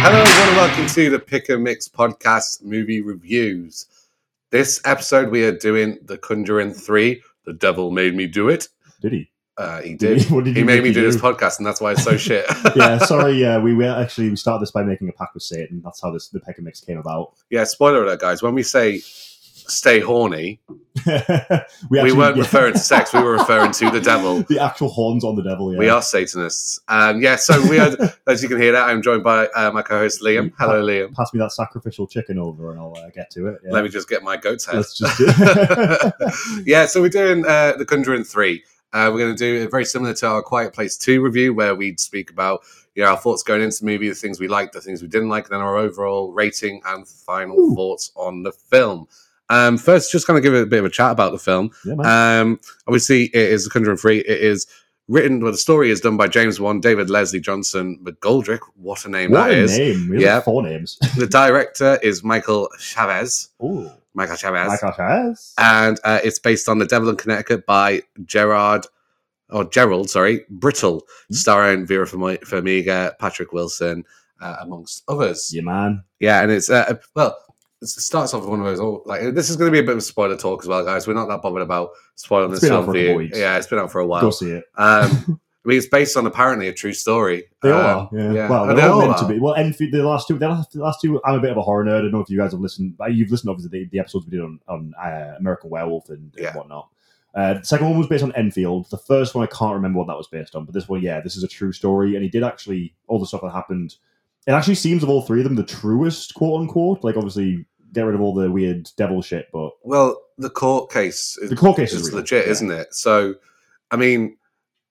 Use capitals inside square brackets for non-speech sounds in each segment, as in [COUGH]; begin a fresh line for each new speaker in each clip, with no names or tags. Hello, everyone, and welcome to the Pick and Mix podcast movie reviews. This episode, we are doing The Conjuring 3 The Devil Made Me Do It.
Did he?
Uh, he did.
What did
He
you
made
make
me
[LAUGHS] he
do this podcast, and that's why it's so shit.
[LAUGHS] yeah, sorry. Yeah, we were actually we started this by making a pact with Satan. That's how this the peck and mix came about.
[LAUGHS]
[LAUGHS]
yeah, spoiler alert, guys. When we say stay horny,
we
we
actually-
weren't
yeah,
referring to sex, we were referring to
[LAUGHS]
the devil.
the actual horns on the devil. Yeah.
We are Satanists. Um, yeah, so we
[LAUGHS]
are, as you can hear that, I'm joined by uh, my co host Liam. Hello, Liam.
Pass me that sacrificial chicken over, and I'll uh, get to it. Yeah.
Let me just get my goat's head.
[LAUGHS] Let's just. Do-
[LAUGHS] yeah, so we're doing uh, The Conjuring 3. Uh, we're going to do it very similar to our Quiet Place 2 review, where we'd speak about you know, our thoughts going into the movie, the things we liked, the things we didn't like, and then our overall rating and final
Ooh.
thoughts on the film. Um, first, just kind of give a bit of a chat about the film.
[LAUGHS] yeah, man.
Um, obviously, it is The Conjuring 3. It is written, well, the story is done by James Wan, David Leslie Johnson McGoldrick. What a [LAUGHS] name
what
that
a
is.
name! We
Yeah.
have four names. [LAUGHS]
The director is Michael Chavez.
Ooh,
Michael Chavez
my gosh, yes.
and uh, it's based on The Devil in Connecticut by Gerard or Gerald, sorry, Brittle,
Hmm.
starring Vera Farmi- Farmiga, Patrick Wilson, uh, amongst others. Yeah,
yeah, man.
and it's uh, well, it starts off with one of those. All, like this is going to be a bit of a spoiler talk as well, guys. We're not that bothered about spoiling
It's
this
been out
film
for a
for
couple
you.
weeks.
Yeah, it's been out for a
Go
while.
see it. [LAUGHS]
Um, I mean, it's based on apparently a true story.
They
Um,
are. Yeah.
yeah.
Well,
Oh,
they're,
they
all
all
meant to
are.
be. Well, and for the last two, the last, the last two. I'm a bit of a horror nerd. I don't know if you guys have listened. uh, You've listened obviously the, the episodes we did on on uh, American Werewolf and, and
Yeah.
whatnot. Uh, the second one was based on Enfield. The first one I can't remember what that was based on, but this one, yeah, this is a true story, and he did actually all the stuff that happened. It actually seems of all three of them the truest, quote unquote. Like obviously, get rid of all the weird devil shit, but
Well, the court case.
the court case is
It's
real.
legit,
Yeah.
isn't it? So, I mean,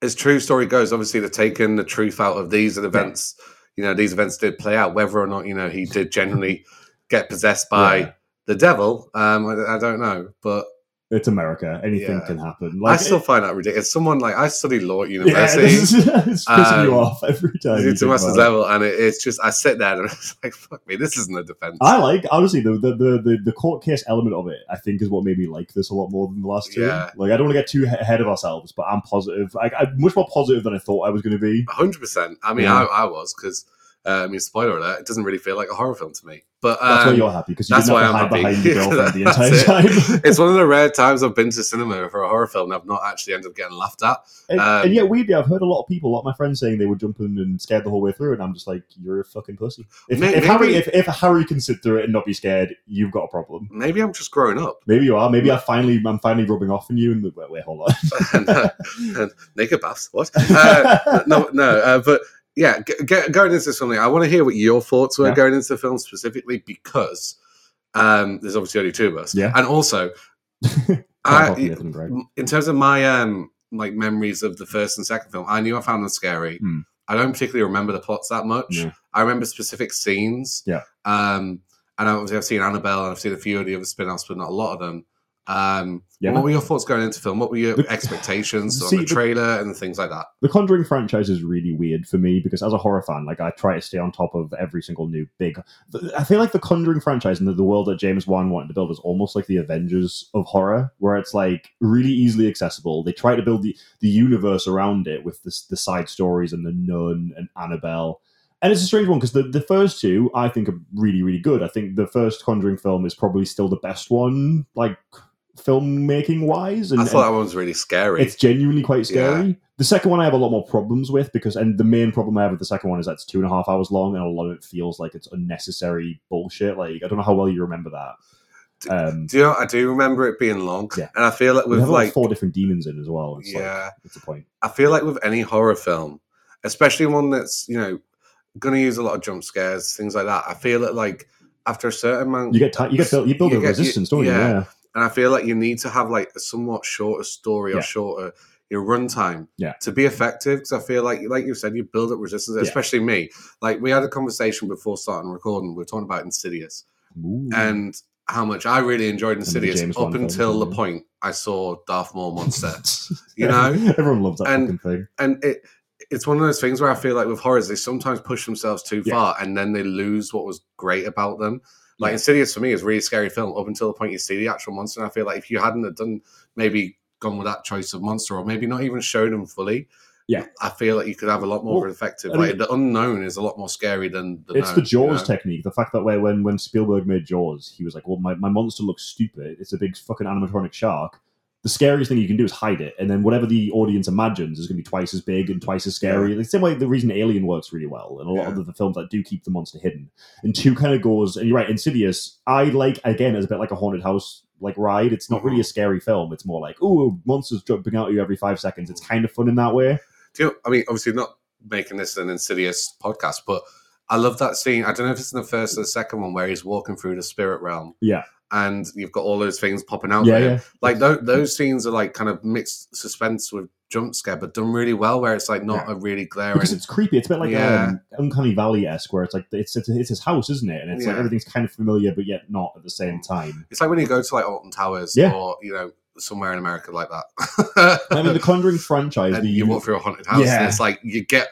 as true story goes, obviously they've taken the truth out of these events. You know, these events did play out. Whether or not you know he did generally get possessed by
Yeah.
the devil, um, I, I don't know. But
It's America. Anything
Yeah.
can happen.
I still find that ridiculous. Someone like I studied law at
yeah, [LAUGHS]
university. [LAUGHS]
this is, it's pissing you
Um,
off every time. you
it's a
think
master's
about it.
level, and it, it's just I sit there and [LAUGHS] it's like, "Fuck me, this isn't a defense."
I like honestly the the, the the the court case element of it. I think is what made me like this a lot more than the last two.
Yeah.
Like I don't want to get too he- ahead of ourselves, but I'm positive. Like I'm much more positive than I thought I was going to be.
hundred percent. I mean,
Yeah.
I, I was because uh, I mean, spoiler alert, it doesn't really feel like a horror film to me. But um,
That's why you're happy because you
that's
didn't have
why
to
I'm
hide behind
happy.
your girlfriend the
[LAUGHS] That's
entire
it.
time.
[LAUGHS] it's one of the rare times I've been to cinema for a horror film and I've not actually ended up getting laughed at.
and,
Um,
and yet, weirdly, I've heard a lot of people, a lot of my friends, saying they were jumping and scared the whole way through, and I'm just like, "You're a fucking pussy." If,
May-
if Harry,
maybe-
if, if Harry can sit through it and not be scared, you've got a problem.
Maybe I'm just growing up. [LAUGHS]
Maybe you are. Maybe I finally, I'm finally rubbing off on you. And wait, wait, hold on.
and, uh, and naked baths, what? Uh,
[LAUGHS]
no, no, uh, but yeah, g- g- going into something, I want to hear what your thoughts were
Yeah.
going into the film specifically because um, there's obviously only two of us.
Yeah.
And also,
[LAUGHS] Can't
I,
help you, Nathan Drake.
in terms of my um like memories of the first and second film, I knew I found them scary.
Hmm.
I don't particularly remember the plots that much.
No.
I remember specific scenes.
Yeah.
Um, and obviously I've seen Annabelle and I've seen a few of the other spin-offs, but not a lot of them. Um,
Yeah,
what
man.
were your thoughts going into film? What were your
The-
expectations
See,
on the
the-
trailer and things like that?
the Conjuring franchise is really weird for me because as a horror fan, like I try to stay on top of every single new big. I feel like the Conjuring franchise and the, the world that James Wan wanted to build is almost like the Avengers of horror, where it's like really easily accessible. They try to build the, the universe around it with this, the side stories and the Nun and Annabelle. And it's a strange one because the, the first two I think are really really good. I think the first Conjuring film is probably still the best one, like filmmaking wise. And,
I
and-
thought that one was really scary.
it's genuinely quite scary. The second one I have a lot more problems with because, and the main problem I have with the second one is that's two and a half hours long, and a lot of it feels like it's unnecessary bullshit. Like I don't know how well you remember that. Um,
do you know, I do remember it being long.
Yeah.
And I feel like
we
with
have like
like
four different demons in as well. It's yeah,
yeah,
it's a point.
I feel like with any horror film, especially one that's, you know, gonna use a lot of jump scares, things like that, I feel that like after a certain amount
You get ti you get built, you build
You
a
get- you-
resistance, don't
yeah.
you? Yeah,
And I feel like you need to have like a somewhat shorter story or
Yeah.
shorter your runtime
Yeah.
to be effective. Because I feel like, like you said, you build up resistance,
Yeah.
especially me. Like we had a conversation before starting recording. We were talking about Insidious
Ooh.
and how much I really enjoyed
Mm-hmm. the
Insidious
James
up
Bond films,
until the
yeah.
point I saw Darth Maul monster,
[LAUGHS]
you know.
everyone loves that
And-
fucking thing.
And it it's one of those things where I feel like with horrors they sometimes push themselves too
Yeah.
far and then they lose what was great about them. Like
Yeah.
Insidious for me is a really scary film up until the point you see the actual monster. And I feel like if you hadn't have done maybe gone with that choice of monster or maybe not even shown him fully,
Yeah.
I feel like you could have a lot more
Well,
effective.
I mean-
Like the unknown is a lot more scary than the
it's
known,
the Jaws
you know?
technique. The fact that way when when Spielberg made Jaws, he was like, "Well, my, my monster looks stupid. It's a big fucking animatronic shark. The scariest thing you can do is hide it, and then whatever the audience imagines is going to be twice as big and twice as scary." The same way the reason Alien works really well, and a lot of
Yeah.
the, the films that do keep the monster hidden. And two kind of goes, and you're right. Insidious, I like again is a bit like a haunted house like ride. It's not
Mm-hmm.
really a scary film. It's more like, "Ooh, monsters jumping out at you every five seconds." It's kind of fun in that way.
Do you know, I mean, obviously not making this an insidious podcast, but I love that scene. I don't know if it's in the first or the second one where he's walking through the spirit realm.
Yeah.
And you've got all those things popping out
yeah,
there.
yeah.
Like those, those scenes are like kind of mixed suspense with jump scare, but done really well where it's like not a really glaring.
because it's creepy. It's a bit like
Yeah.
um, Uncanny Valley esque, where it's like it's, it's it's his house, isn't it? And it's like
Yeah.
everything's kind of familiar, but yet not at the same time.
[LAUGHS] It's like when you go to like Alton Towers
Yeah.
or, you know, somewhere in America like that. [LAUGHS]
I mean, the Conjuring franchise,
and
the
you walk through a haunted house
Yeah.
and it's like you get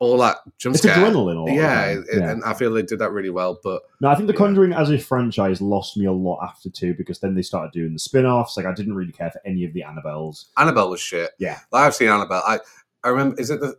all that jump
it's
scare.
adrenaline, a lot of the
yeah,
time.
it- and I feel they did that really well. But
No, I think The
Yeah.
Conjuring as a franchise lost me a lot after two because then they started doing the spin offs. Like, I didn't really care for any of the Annabelles.
Annabelle was shit.
Yeah.
Like, I've seen Annabelle. I I remember. Is it the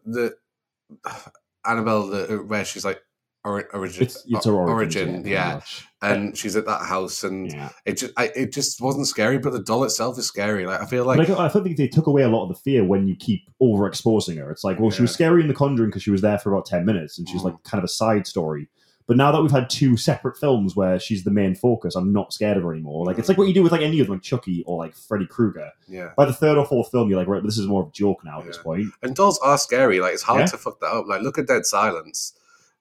the [SIGHS] Annabelle the, where she's like ori- origin?
It's, it's her origin.
origin, yeah. and she's at that house, and
yeah.
it just I, it just wasn't scary, but the doll itself is scary. Like I feel like,
Like, I don't think they took away a lot of the fear when you keep overexposing her. It's like, well, she was
Yeah.
scary in The Conjuring because she was there for about 10 minutes and she's
Mhm.
like kind of a side story. But now that we've had two separate films where she's the main focus, I'm not scared of her anymore. Like, it's
Mm.
like what you do with like any of them, like Chucky or like Freddy Krueger.
yeah,
By the third or fourth film, you're like, right, this is more of a joke now at this
Yeah.
point.
and dolls are scary. Like it's hard
Yeah.
to fuck that up. Like look at Dead Silence.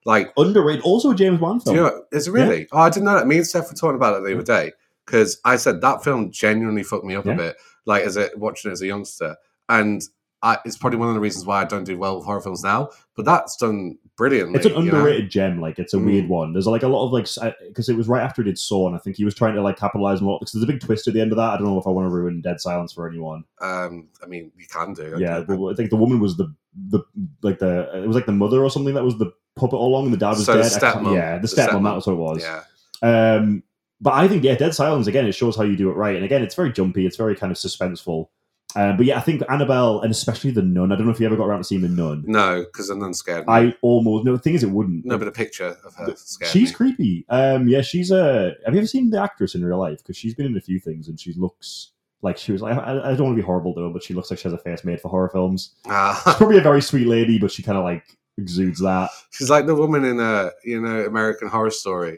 Like
Underrated. Also, a James Wan
do
film.
you know, is it really? Oh, I didn't know that. Me and Steph were talking about it the other day because I said that film genuinely fucked me up
Yeah.
a bit. Like as a watching it as a youngster, and I, it's probably one of the reasons why I don't do well with horror films now. But that's done brilliantly.
It's an
you know?
underrated gem. Like it's a
Mm.
weird one. There's like a lot of like because it was right after he did Saw, and I think he was trying to like capitalize on a lot. Because there's a big twist at the end of that. I don't know if I want to ruin Dead Silence for anyone.
Um, I mean, you can do. I
yeah,
do.
but I think the woman was the the like the it was like the mother or something that was the puppet all along, and the dad was
So the
dead. I can't-
stepmom.
Yeah, the
The
stepmom,
stepmom.
That was what it was.
yeah,
Um, but I think yeah, Dead Silence again. It shows how you do it right, and again, it's very jumpy. It's very kind of suspenseful. Um, but yeah, I think Annabelle and especially the nun. I don't know if you ever got around to seeing the nun.
no, because I'm not scared. me.
I almost no. The thing is, it wouldn't.
no, but the picture of her scared
she's
me.
creepy. Um, yeah, she's a. Have you ever seen the actress in real life? Because she's been in a few things, and she looks like she was. I, I I don't want to be horrible though, but she looks like she has a face made for horror films. She's
Ah, [LAUGHS]
probably a very sweet lady, but she kind of like exudes that.
she's like the woman in a you know American Horror Story,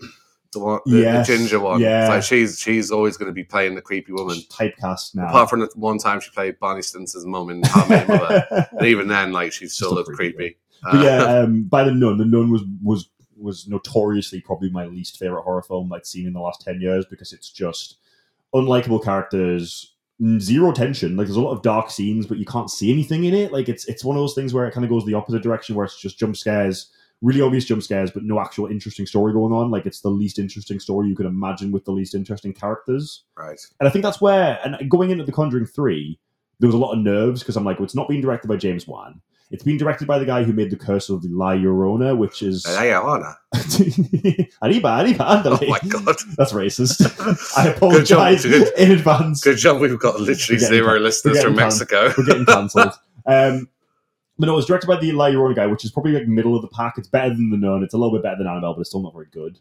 the one, the,
Yes,
the ginger one.
yeah.
It's like she's she's always going to be playing the creepy woman.
She's typecast now.
Apart from the one time she played Barney Stinson's mum in How I Met Your
[LAUGHS]
Mother, and even then, like she still
Still
looked
creepy,
creepy.
but
Uh,
yeah, um, by the nun. The nun was was was notoriously probably my least favorite horror film I'd seen in the last ten years because it's just unlikable characters, n- zero tension. Like there's a lot of dark scenes, but you can't see anything in it. Like it's it's one of those things where it kind of goes the opposite direction, where it's just jump scares. Really obvious jump scares, but no actual interesting story going on. Like it's the least interesting story you could imagine with the least interesting characters.
right.
And I think that's where, and going into The Conjuring 3, there was a lot of nerves because I'm like, well, it's not being directed by James Wan. It's being directed by the guy who made The Curse of the La Llorona, which is. [LAUGHS]
There you are now.
Arriba, arriba,
Oh
andale.
my god!
That's racist. [LAUGHS]
[LAUGHS]
I
Good job,
apologize
good-
in advance.
Good job. We've got literally
We're getting
zero
done.
listeners
getting
from
done.
Mexico.
[LAUGHS] We're getting cancelled. um, but no, it was directed by the La Llorona guy, which is probably like middle of the pack. It's better than The Nun. It's a little bit better than Annabelle, but it's still not very good.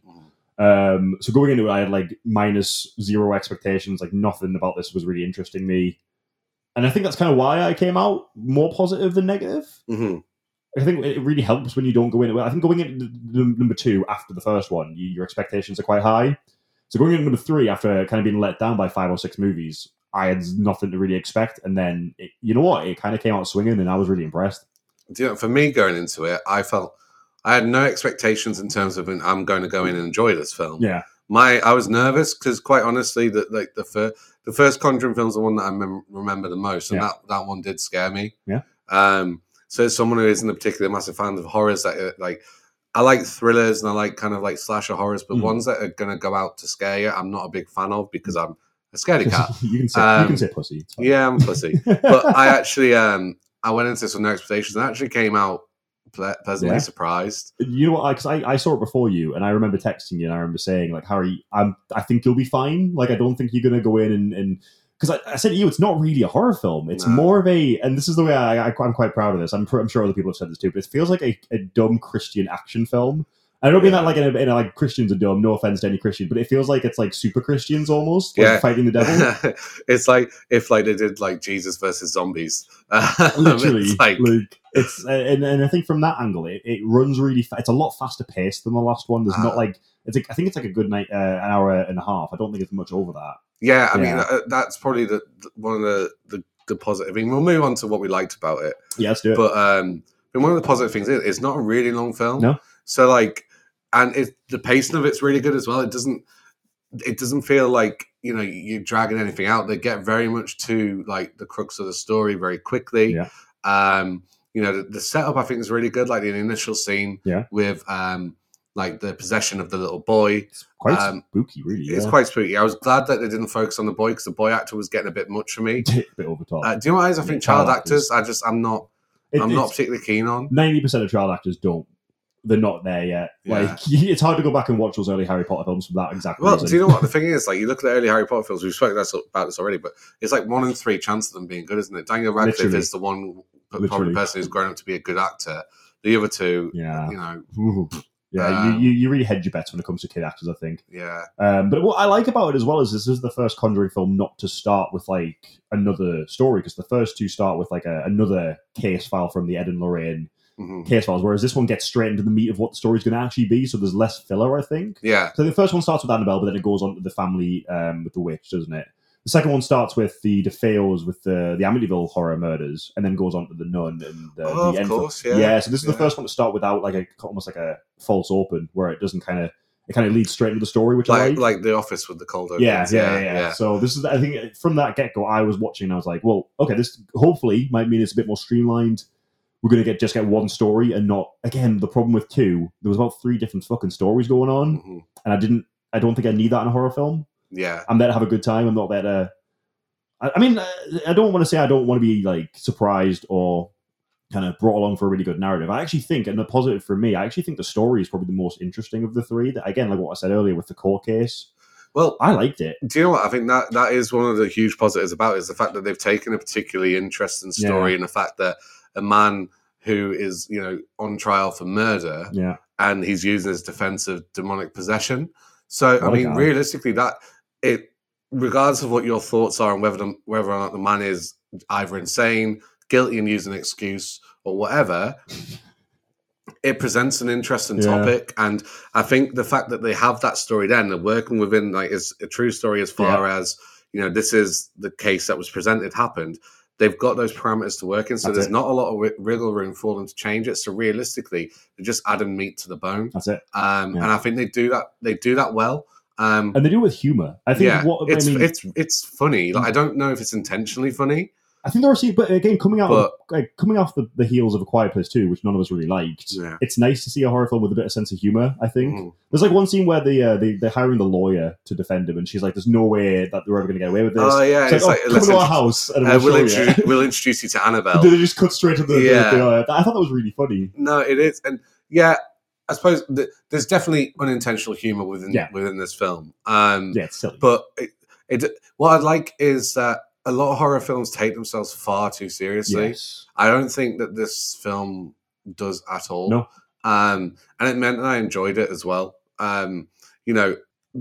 Um, so going into it, I had like minus zero expectations. Like nothing about this was really interesting me, and I think that's kind of why I came out more positive than negative.
hmm
I think it really helps when you don't go into it. I think going into the- the number two after the first one, you, your expectations are quite high. So going into number three after kind of being let down by five or six movies, I had nothing to really expect, and then it, you know what? It kind of came out swinging, and I was really impressed.
Do you know, for me going into it, I felt I had no expectations in terms of an, I'm going to go in and enjoy this film.
Yeah,
My I was nervous because quite honestly, that like the first the first Conjuring film's the one that I mem- remember the most, and
Yeah.
that that one did scare me.
Yeah.
Um. So as someone who isn't a particularly massive fan of horrors, that uh, like I like thrillers and I like kind of like slasher horrors, but
Mhm.
ones that are going to go out to scare you, I'm not a big fan of because I'm a
[LAUGHS]
scaredy cat.
you can say you
Um,
can say pussy. It's fine.
yeah, I'm a pussy but I actually um I went into this with no expectations and actually came out ple- pleasantly
Yeah.
surprised.
you know what? Because I, I saw it before you, and I remember texting you, and I remember saying like, Harry, I'm, I think you'll be fine. Like, I don't think you're gonna go in and, and because I, I said to you, it's not really a horror film. It's
No.
more of a, and this is the way I, I, I'm quite proud of this. I'm, pr- I'm sure other people have said this too, but it feels like a, a dumb Christian action film. I don't mean
Yeah.
that like in a, in a, like Christians are dumb. No offense to any Christian, but it feels like it's like super Christians almost, like
Yeah.
fighting
[LAUGHS]
the devil.
it's like if like they did like Jesus versus zombies. [LAUGHS] Um,
Literally,
it's
like,
like,
it's uh, and, and I think from that angle, it, it runs really. Fa- it's a lot faster paced than the last one. There's not
Ah.
like it's like, I think it's like a good night, uh, an hour and a half. I don't think it's much over that.
yeah, I mean
Yeah.
uh, that's probably the, the- one of the, the the positive. I mean, we'll move on to what we liked about it.
Yeah, let's do it.
But um, but one of the positive things is it's not a really long film.
No.
So like, and it the pacing of it's really good as well. It doesn't it doesn't feel like you know you're dragging anything out. They get very much to like the crux of the story very quickly.
Yeah.
Um, you know the, the setup I think is really good. Like the initial scene.
Yeah.
With um. Like the possession of the little boy,
it's quite
um,
spooky, really.
it's
yeah.
quite spooky. I was glad that they didn't focus on the boy because the boy actor was getting a bit much for me.
a [LAUGHS] bit over the top.
Uh, do you know what it is? I
Yeah,
think
child
child actors, I just I'm not
It-
I'm not
it's-
particularly keen on.
ninety percent of child actors don't. They're not there yet.
Yeah.
Like [LAUGHS] it's hard to go back and watch those early Harry Potter films for that exact
Well,
reason.
do you know what the thing is? Like, you look at the early Harry Potter films. We've spoken this- about this already, but it's like one in three chance of them being good, isn't it? Daniel Radcliffe
Literally.
is the one p-
Literally.
probably person who's grown up to be a good actor. The other two, [LAUGHS]
yeah,
you know,
Ooh. yeah.
Um,
you, you you really hedge your bets when it comes to kid actors, I think.
yeah,
Um, but what I like about it as well is this is the first Conjuring film not to start with like another story because the first two start with like a, another case file from the Ed and Lorraine
mhm.
case files, whereas this one gets straight into the meat of what the story's going to actually be. So there's less filler, I think.
yeah,
So the first one starts with Annabelle, but then it goes on to the family um, with the witch, doesn't it? The second one starts with the DeFeos with the the Amityville horror murders, and then goes on to the nun and uh,
Oh, of
the end.
course,
yeah.
yeah.
so this is the
yeah.
first one to start without like a almost like a false open where it doesn't kind of it kind of leads straight into the story, which I
Like,
like.
like The Office with the cold opens.
yeah, yeah, yeah, yeah. So this is I think from that get go, I was watching and I was like, well, okay, this hopefully might mean it's a bit more streamlined. We're gonna get just get one story and not again the problem with two. There was about three different fucking stories going on
Mhm.
and I didn't. I don't think I need that in a horror film.
yeah.
I'm there to have a good time. I'm not there to. I, I mean, uh, I don't want to say I don't want to be like surprised or kind of brought along for a really good narrative. I actually think, and the positive for me, I actually think the story is probably the most interesting of the three. That again, like what I said earlier with the court case,
Well,
I liked it.
do you know what? I think that that is one of the huge positives about it, is the fact that they've taken a particularly interesting story and the fact that a man who is you know on trial for murder
Yeah,
and he's using his defense of demonic possession. So
What
I
a
mean,
guy.
realistically, that it, regardless of what your thoughts are and whether the, whether or not the man is either insane, guilty, and using an excuse or whatever, it presents an interesting
Yeah.
topic. And I think the fact that they have that story then, they're working within like is a true story as far as you know. This is the case that was presented happened. They've got those parameters to work in, so
That's
there's
it.
not a lot of wi- wiggle room for them to change it. So realistically, they're just adding meat to the bone
that's it.
um,
Yeah.
and I think they do that. They do that well. Um,
And they do it with humor. I think
yeah,
what
it's
I mean,
it's it's funny. Like I don't know if it's intentionally funny.
I think they're actually, but again, coming out of,
But-
like, coming off the, the heels of a Quiet Place Two, which none of us really liked.
Yeah.
It's nice to see a horror film with a bit of sense of humor. I think.
Mm.
There's like one scene where the, uh, the they're hiring the lawyer to defend him, and she's like, "There's no way that they're ever going to get away with this."
Oh yeah,
It's like,
it's like,
"Oh, come
let's
to our
intro-
house, and
uh,
we'll,
we'll,
show you. [LAUGHS]
introduce, we'll introduce you to Annabelle.
They just cut straight to the. the-
Yeah.
the, uh, I thought that was really funny.
No, it is, and yeah, I suppose th- there's definitely unintentional humor within
Yeah.
within this film. Um,
Yeah, it's silly.
But it, it what I like is that a lot of horror films take themselves far too seriously.
yes.
I don't think that this film does at all.
No.
Um, and it meant that I enjoyed it as well. Um, you know,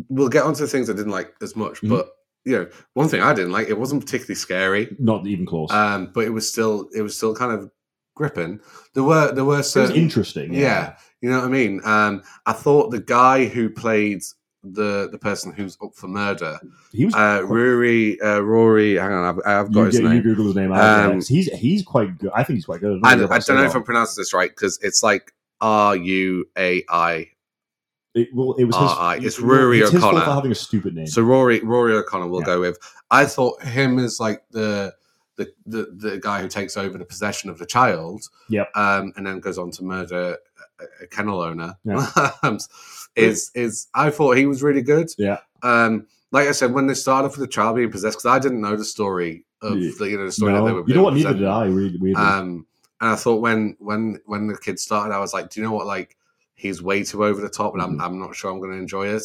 we'll get onto the things I didn't like as much,
Mhm.
but you know, one thing I didn't like, it wasn't particularly scary.
not even close.
Um, but it was still it was still kind of gripping. There were there were
it was
certain
interesting. Yeah.
yeah. you know what I mean? Um, I thought the guy who played the the person who's up for murder,
he was. [LAUGHS]
uh Rory uh, Rory, hang on, I've, I've got
you,
his
get-
name.
you Google his name. out,
Um,
yeah, 'cause he's he's quite good. I think he's quite good.
I, I
really if say
don't know if
that.
I'm pronouncing this right because it's like R U A I.
It, well, it was his.
Alright, Uh, it's
it- well,
Rory
it's his fault
O'Connor.
for having a stupid name.
So Rory Rory O'Connor will
Mm. Yeah.
go with. I thought him as like the the the, the guy who takes over the possession of the child.
Yep.
Um, and then goes on to murder a, a kennel owner.
Yeah.
[LAUGHS] Um, is is I thought he was really good.
Yeah.
Um, like I said, when they started for the child being possessed, because I didn't know the story of
Yeah.
the, you know the story that they
no,
were.
you know what?
being
Neither did
presented.
I. Really, weirdly.
Um, and I thought when when when the kid started, I was like, do you know what? Like he's way too over the top, and
Mm-hmm.
I'm I'm not sure I'm going to enjoy it.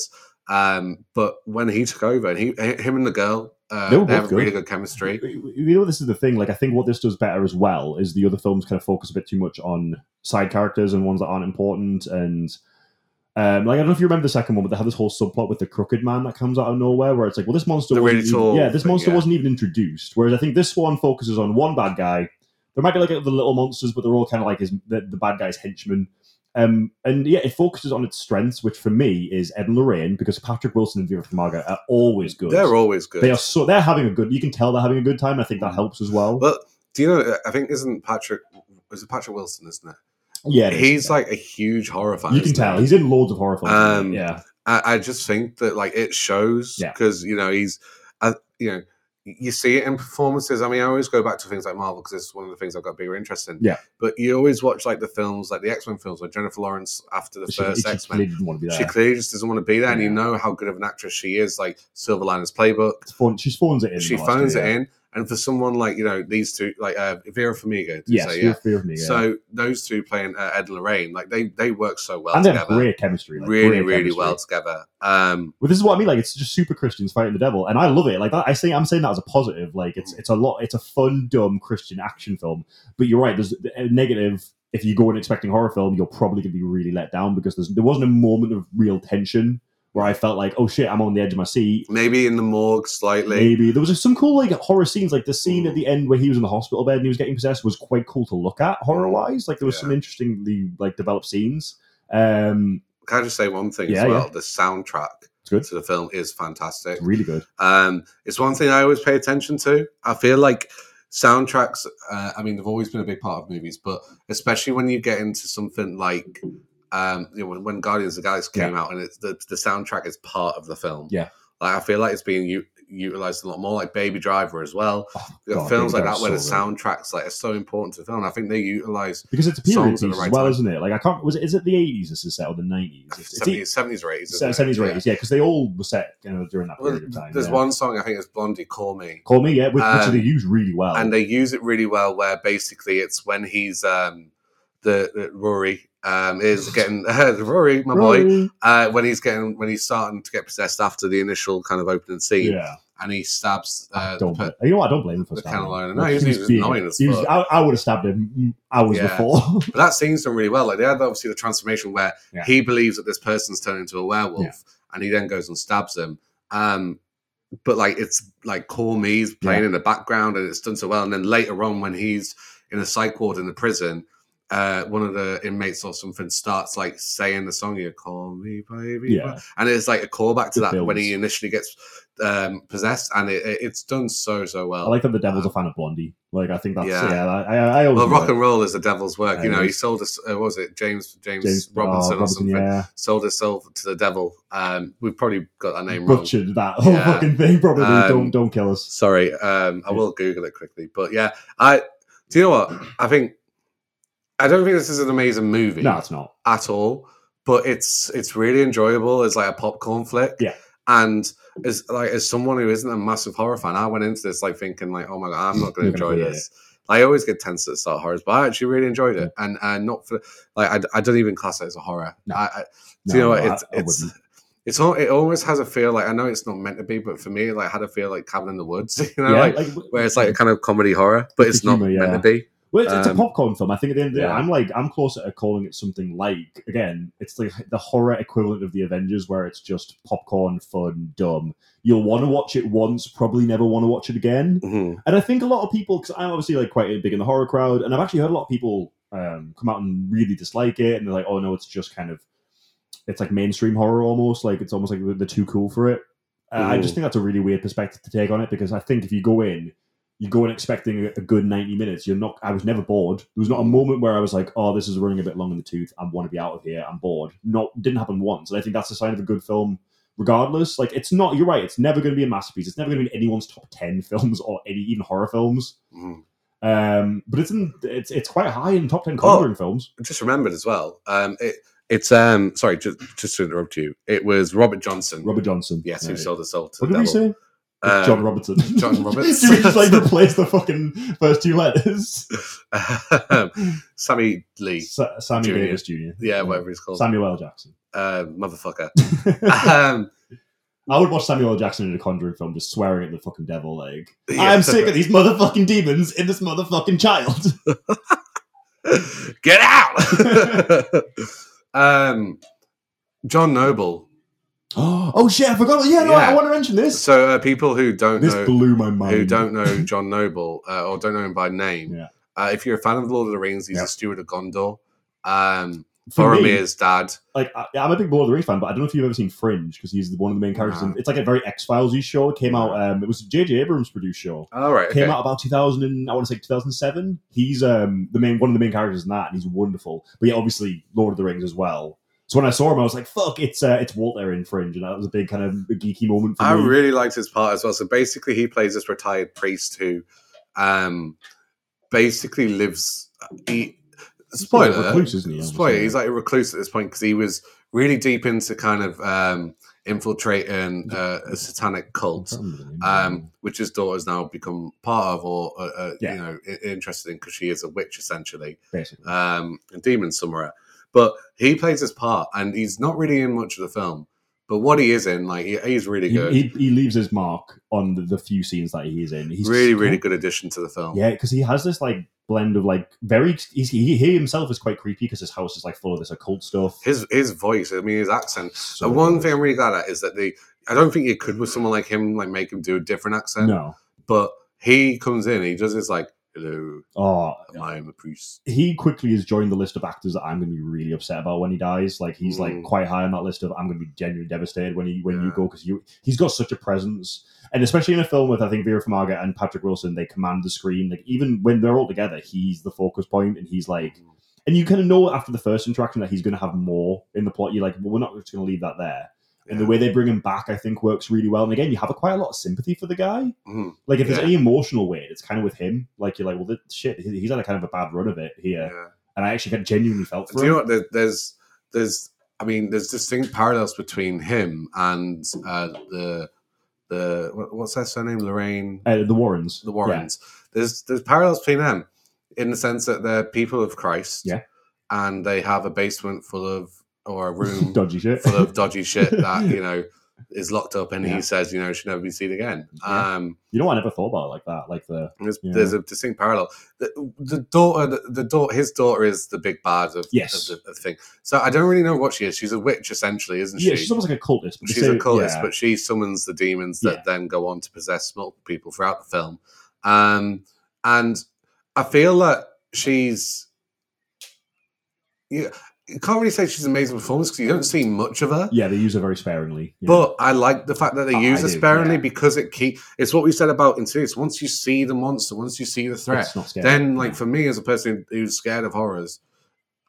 Um, but when he took over, and he him and the girl Uh,
They
they
were both
have really
good.
good chemistry.
You know, this is the thing. Like, I think what this does better as well is the other films kind of focus a bit too much on side characters and ones that aren't important. And um, like, I don't know if you remember the second one, but they have this whole subplot with the crooked man that comes out of nowhere, where it's like, well, this monster,
The
wasn't
really
even-
tall
yeah, this
thing,
monster
yeah.
wasn't even introduced. Whereas I think this one focuses on one bad guy. There might be like the little monsters, but they're all kind of like his the, the bad guy's henchmen. Um, and yeah, it focuses on its strengths, which for me is Ed and Lorraine, because Patrick Wilson and Vera Farmiga are always good.
They're always good. Mm.
They are so they're having a good. You can tell they're having a good time. I think that helps as well.
Well, Do you know? I think isn't Patrick? Is it Patrick Wilson? Isn't it?
yeah, it is.
he's like a huge horror fan.
you can
isn't
tell
he?
he's in loads of horror films.
Um,
yeah,
I, I just think that like it shows
Yeah.
because you know he's, uh, you know, you see it in performances. I mean, I always go back to things like Marvel because it's one of the things I've got bigger interest in.
Yeah.
But you always watch like the films, like the X Men films, where Jennifer Lawrence after the
She- she
first X
clearly
Men,
didn't want to be there.
she clearly just doesn't want to be there, and you
Yeah.
know how good of an actress she is. Like Silver Linings Playbook,
It's phone- she phones it in.
she phones it in, and for someone like you know these two, like uh, Vera Farmiga, did you
Yes,
say?
Fear- Fear of me. yeah.
So those two playing uh, Ed and Lorraine, like they they work so well
and they have
together,
great chemistry. like,
really
great
really
chemistry.
well together. Um,
Well, this is what I mean. Like, it's just super Christians fighting the devil, and I love it. Like, that, I say, I'm saying that as a positive. Like, it's it's a lot. It's a fun, dumb Christian action film. But you're right. There's a negative. If you go in expecting horror film, you're probably gonna be really let down because there's, there wasn't a moment of real tension where I felt like, oh shit, I'm on the edge of my seat.
maybe in the morgue slightly.
Maybe there was just some cool like horror scenes, like the scene at
Mm.
the end where he was in the hospital bed and he was getting possessed was quite cool to look at horror wise. Like there was some interestingly like developed scenes. Um,
Can I just say one thing
Yeah,
as
yeah.
well? The soundtrack
it's good. Mm.
to the film is fantastic.
It's really good.
Um, it's one thing I always pay attention to. I feel like soundtracks. Uh, I mean, they've always been a big part of movies, but especially when you get into something like. Um, you know, when, when Guardians of the Galaxy came out, and it's the, the soundtrack is part of the film.
Yeah.
like I feel like it's being u- utilized a lot more, like Baby Driver as well.
Oh,
You've got
God,
films
Baby
like that
Driver's
where the
so good.
soundtracks like are so important to the film. and I think they utilize
because it's a period
songs
piece
at the
as
right
well,
time.
isn't it? Like I can't. Was it, is it the eighties? This is set or the nineties? It's
seventies, seventies, or eighties.
seventies or eighties. Yeah, because they all were set you know, during that
Well,
period of time.
there's
yeah.
one song I think it's Blondie Call Me,
Call me, yeah, which, which
Um,
they use really well.
and they use it really well. Where basically it's when he's um, the, the Rory um,
[LAUGHS]
is getting [LAUGHS] Rory, my boy,
Right.
uh, when he's getting when he's starting to get possessed after the initial kind of opening scene,
Yeah,
and he stabs
I
uh,
don't.
the per-
you know what? I don't blame him for
the
stabbing him.
Catalina. No,
Like,
he was- he was
being-
annoying as
he was-
fuck.
I, I would have stabbed him hours
Yeah. [LAUGHS]
before.
but that scene's done really well. Like they had obviously the transformation where
Yeah.
he believes that this person's turned into a werewolf,
Yeah.
and he then goes and stabs him. Um, but like it's like Call Me's playing in the background, and it's done so well. And then later on, when he's in a psych ward in the prison, uh, one of the inmates or something starts like saying the song, "You call me, baby,"
yeah.
and it's like a callback to
It
that when
builds.
he initially gets um, possessed, and it, it- it's done so so well.
I like that the devil's a fan of Blondie. Like I think that's yeah.
uh, Yeah.
I, I, I always
well,
knew
rock
it.
and roll is the devil's work. you
Yeah,
know,
it
he
is.
sold us. Uh, what was it James James,
James oh,
Robinson or
Robinson,
something?
yeah,
sold his soul to the devil. Um, we've probably got that name wrong.
butchered that whole
Yeah.
fucking thing. Probably
Um,
don't don't kill us.
Sorry, um, I will Google it quickly. But yeah, I do you know what I think? I don't think this is an amazing movie
No, it's not.
at all, but it's it's really enjoyable as like a popcorn flick.
Yeah.
And as like as someone who isn't a massive horror fan, I went into this like thinking like, oh my
[LAUGHS]
god, I'm not going to
You're gonna
enjoy
hate
this. I always get tense at the start of horrors, but I actually really enjoyed it, and uh, not for like I, I don't even class it as a horror.
No.
I, I,
No,
do you know what?
no, I-
It's
I
it's
wouldn't.
it's all, it almost has a feel like I know it's not meant to be, but for me, it, like had a feel like Cabin in the Woods, [LAUGHS] you know,
Yeah,
like,
like-
where it's like a kind of comedy horror, but
It's
it's,
the
not
humour,
meant to be.
Well, it's, it's a
Um,
popcorn film. I think at the end of the day,
yeah.
I'm like I'm closer to calling it something like again, it's like the horror equivalent of the Avengers, where it's just popcorn, fun, dumb. You'll want to watch it once, probably never want to watch it again.
Mhm.
And I think a lot of people, because I'm obviously like quite big in the horror crowd, and I've actually heard a lot of people um, come out and really dislike it, and they're like, "Oh no, it's just kind of, it's like mainstream horror almost. Like it's almost like they're- they're too cool for it." Uh, I just
Ooh.
think that's a really weird perspective to take on it because I think if you go in, you go in expecting a a good 90 minutes. You're not. I was never bored. There was not a moment where I was like, "Oh, this is running a bit long in the tooth. I want to be out of here. I'm bored." Not didn't happen once, and I think that's a sign of a good film regardless. Like it's not. You're right. It's never going to be a masterpiece. It's never going to be in anyone's top ten [LAUGHS] films or any even horror films.
Mhm.
Um, but it's in, it's it's quite high in top
Oh.
ten Conjuring films.
Just remembered as well. Um, it, it's um, sorry, just, just to interrupt you. It was Robert Johnson.
Robert Johnson.
yes, who
Right.
sold his soul to
What
the
did we
devil.
say? It's
Um,
John Robertson.
[LAUGHS] John
[LAUGHS]
Roberts.
Did we just like replace the fucking first two letters?
Um, [LAUGHS] Sammy Lee.
Sa- Sammy
Junior.
Davis Jr.
Yeah, whatever he's called.
[LAUGHS] Samuel L. Jackson.
Uh, motherfucker. um,
[LAUGHS] I would watch Samuel L. Jackson in a Conjuring film just swearing at the fucking devil. Like,
Yeah.
I'm sick of these motherfucking demons in this motherfucking child. [GASPS]
[LAUGHS] Get out. [LAUGHS] um, John Noble.
oh shit! I forgot. Yeah, no, I,
Yeah.
want to mention this.
So uh, people who don't
This
know
blew my mind.
who don't
[LAUGHS]
know John Noble uh, or don't know him by name,
Yeah.
uh, if you're a fan of Lord of the Rings, he's
Yeah.
a steward of Gondor. Um,
For me,
Boromir's dad.
like I, I'm a big Lord of the Rings fan, but I don't know if you've ever seen Fringe because he's the, one of the main characters. in-
No.
it's like a very X Files show. It came out. Um, it was a J.J. Abrams produced show.
All right.
Came
okay.
out about 2000. And, I want to say 2007. He's um the main one of the main characters in that, and he's wonderful. But yeah, obviously Lord of the Rings as well. So when I saw him, I was like, "Fuck, it's uh, it's Walter in Fringe," and that was a big kind of geeky moment for
I
me.
really liked his part as well. So basically, he plays this retired priest who, um, basically lives. He,
like a
spoiler,
recluse, isn't he, obviously?
spoiler. He's like a recluse at this point because he was really deep into kind of um, infiltrating uh, a satanic
I
cult,
can't remember the name.
um, which his daughter's now become part of or uh, uh,
Yeah.
you know i- interested in because she is a witch essentially
basically.
um, and Demon Summoner. But he plays his part, and he's not really in much of the film. But what he is in, like he, he's really
he,
good.
he, he leaves his mark on the, the few scenes that he's in. He's
really,
just-
really good addition to the film.
Yeah, because he has this like blend of like very. He's, he, he himself is quite creepy because his house is like full of this occult stuff.
His his voice, I mean, his accent.
So
The one
good.
thing I'm really glad at is that they. I don't think you could with someone like him, like make him do a different accent.
No.
But he comes in, he does his like, "Hello,
Oh,
I am a priest."
he quickly has joined the list of actors that I'm going to be really upset about when he dies. Like he's like
Mm.
quite high on that list of I'm going to be genuinely devastated when he when you
Yeah.
go because you he's got such a presence, and especially in a film with I think Vera Farmiga and Patrick Wilson, they command the screen. Like even when they're all together, he's the focus point, and he's like. And you kind of know after the first interaction that he's going to have more in the plot. You're like, well, we're not just going to leave that there. And the
Yeah.
way they bring him back, I think, works really well. And again, you have a quite a lot of sympathy for the guy.
Mhm.
Like, if
Yeah.
there's any emotional weight, it's kind of with him. Like, you're like, well, this, shit, he- he's had a kind of a bad run of it here.
Yeah.
And I actually kind of genuinely felt for
Do you
him.
know what? There, there's there's I mean there's distinct parallels between him and uh, the the what- what's their surname Lorraine
uh, the Warrens.
the
[LAUGHS]
Warrens. There's there's parallels between them in the sense that they're people of Christ,
Yeah.
and they have a basement full of or a
[LAUGHS] Yeah.
room
Dodgy shit.
full of dodgy shit
[LAUGHS]
that you know is locked up, and
Yeah.
he says you know should never be seen again.
Yeah.
Um,
you know, I never thought about it like that. Like, the.
there's,
Yeah.
there's a distinct parallel. The, the daughter, the, the daughter, his daughter is the big bad of,
Yes.
of the of the thing. So I don't really know what she is. She's a witch essentially, isn't
Yeah,
she?
she's almost like a cultist. but they
she's
say-
a cultist,
yeah.
but she summons the demons that
Yeah.
then go on to possess multiple people throughout the film. Um, and I feel that she's. You, you can't really say she's an amazing performance because you don't see much of her.
Yeah, they use her very sparingly. yeah.
But I like the fact that they
I-
use
I
it
do,
sparingly
yeah.
because it keep. It's what we said about Insidious. Once you see the monster, once you see the threat,
It's not scary.
then like
Yeah.
for me as a person who's scared of horrors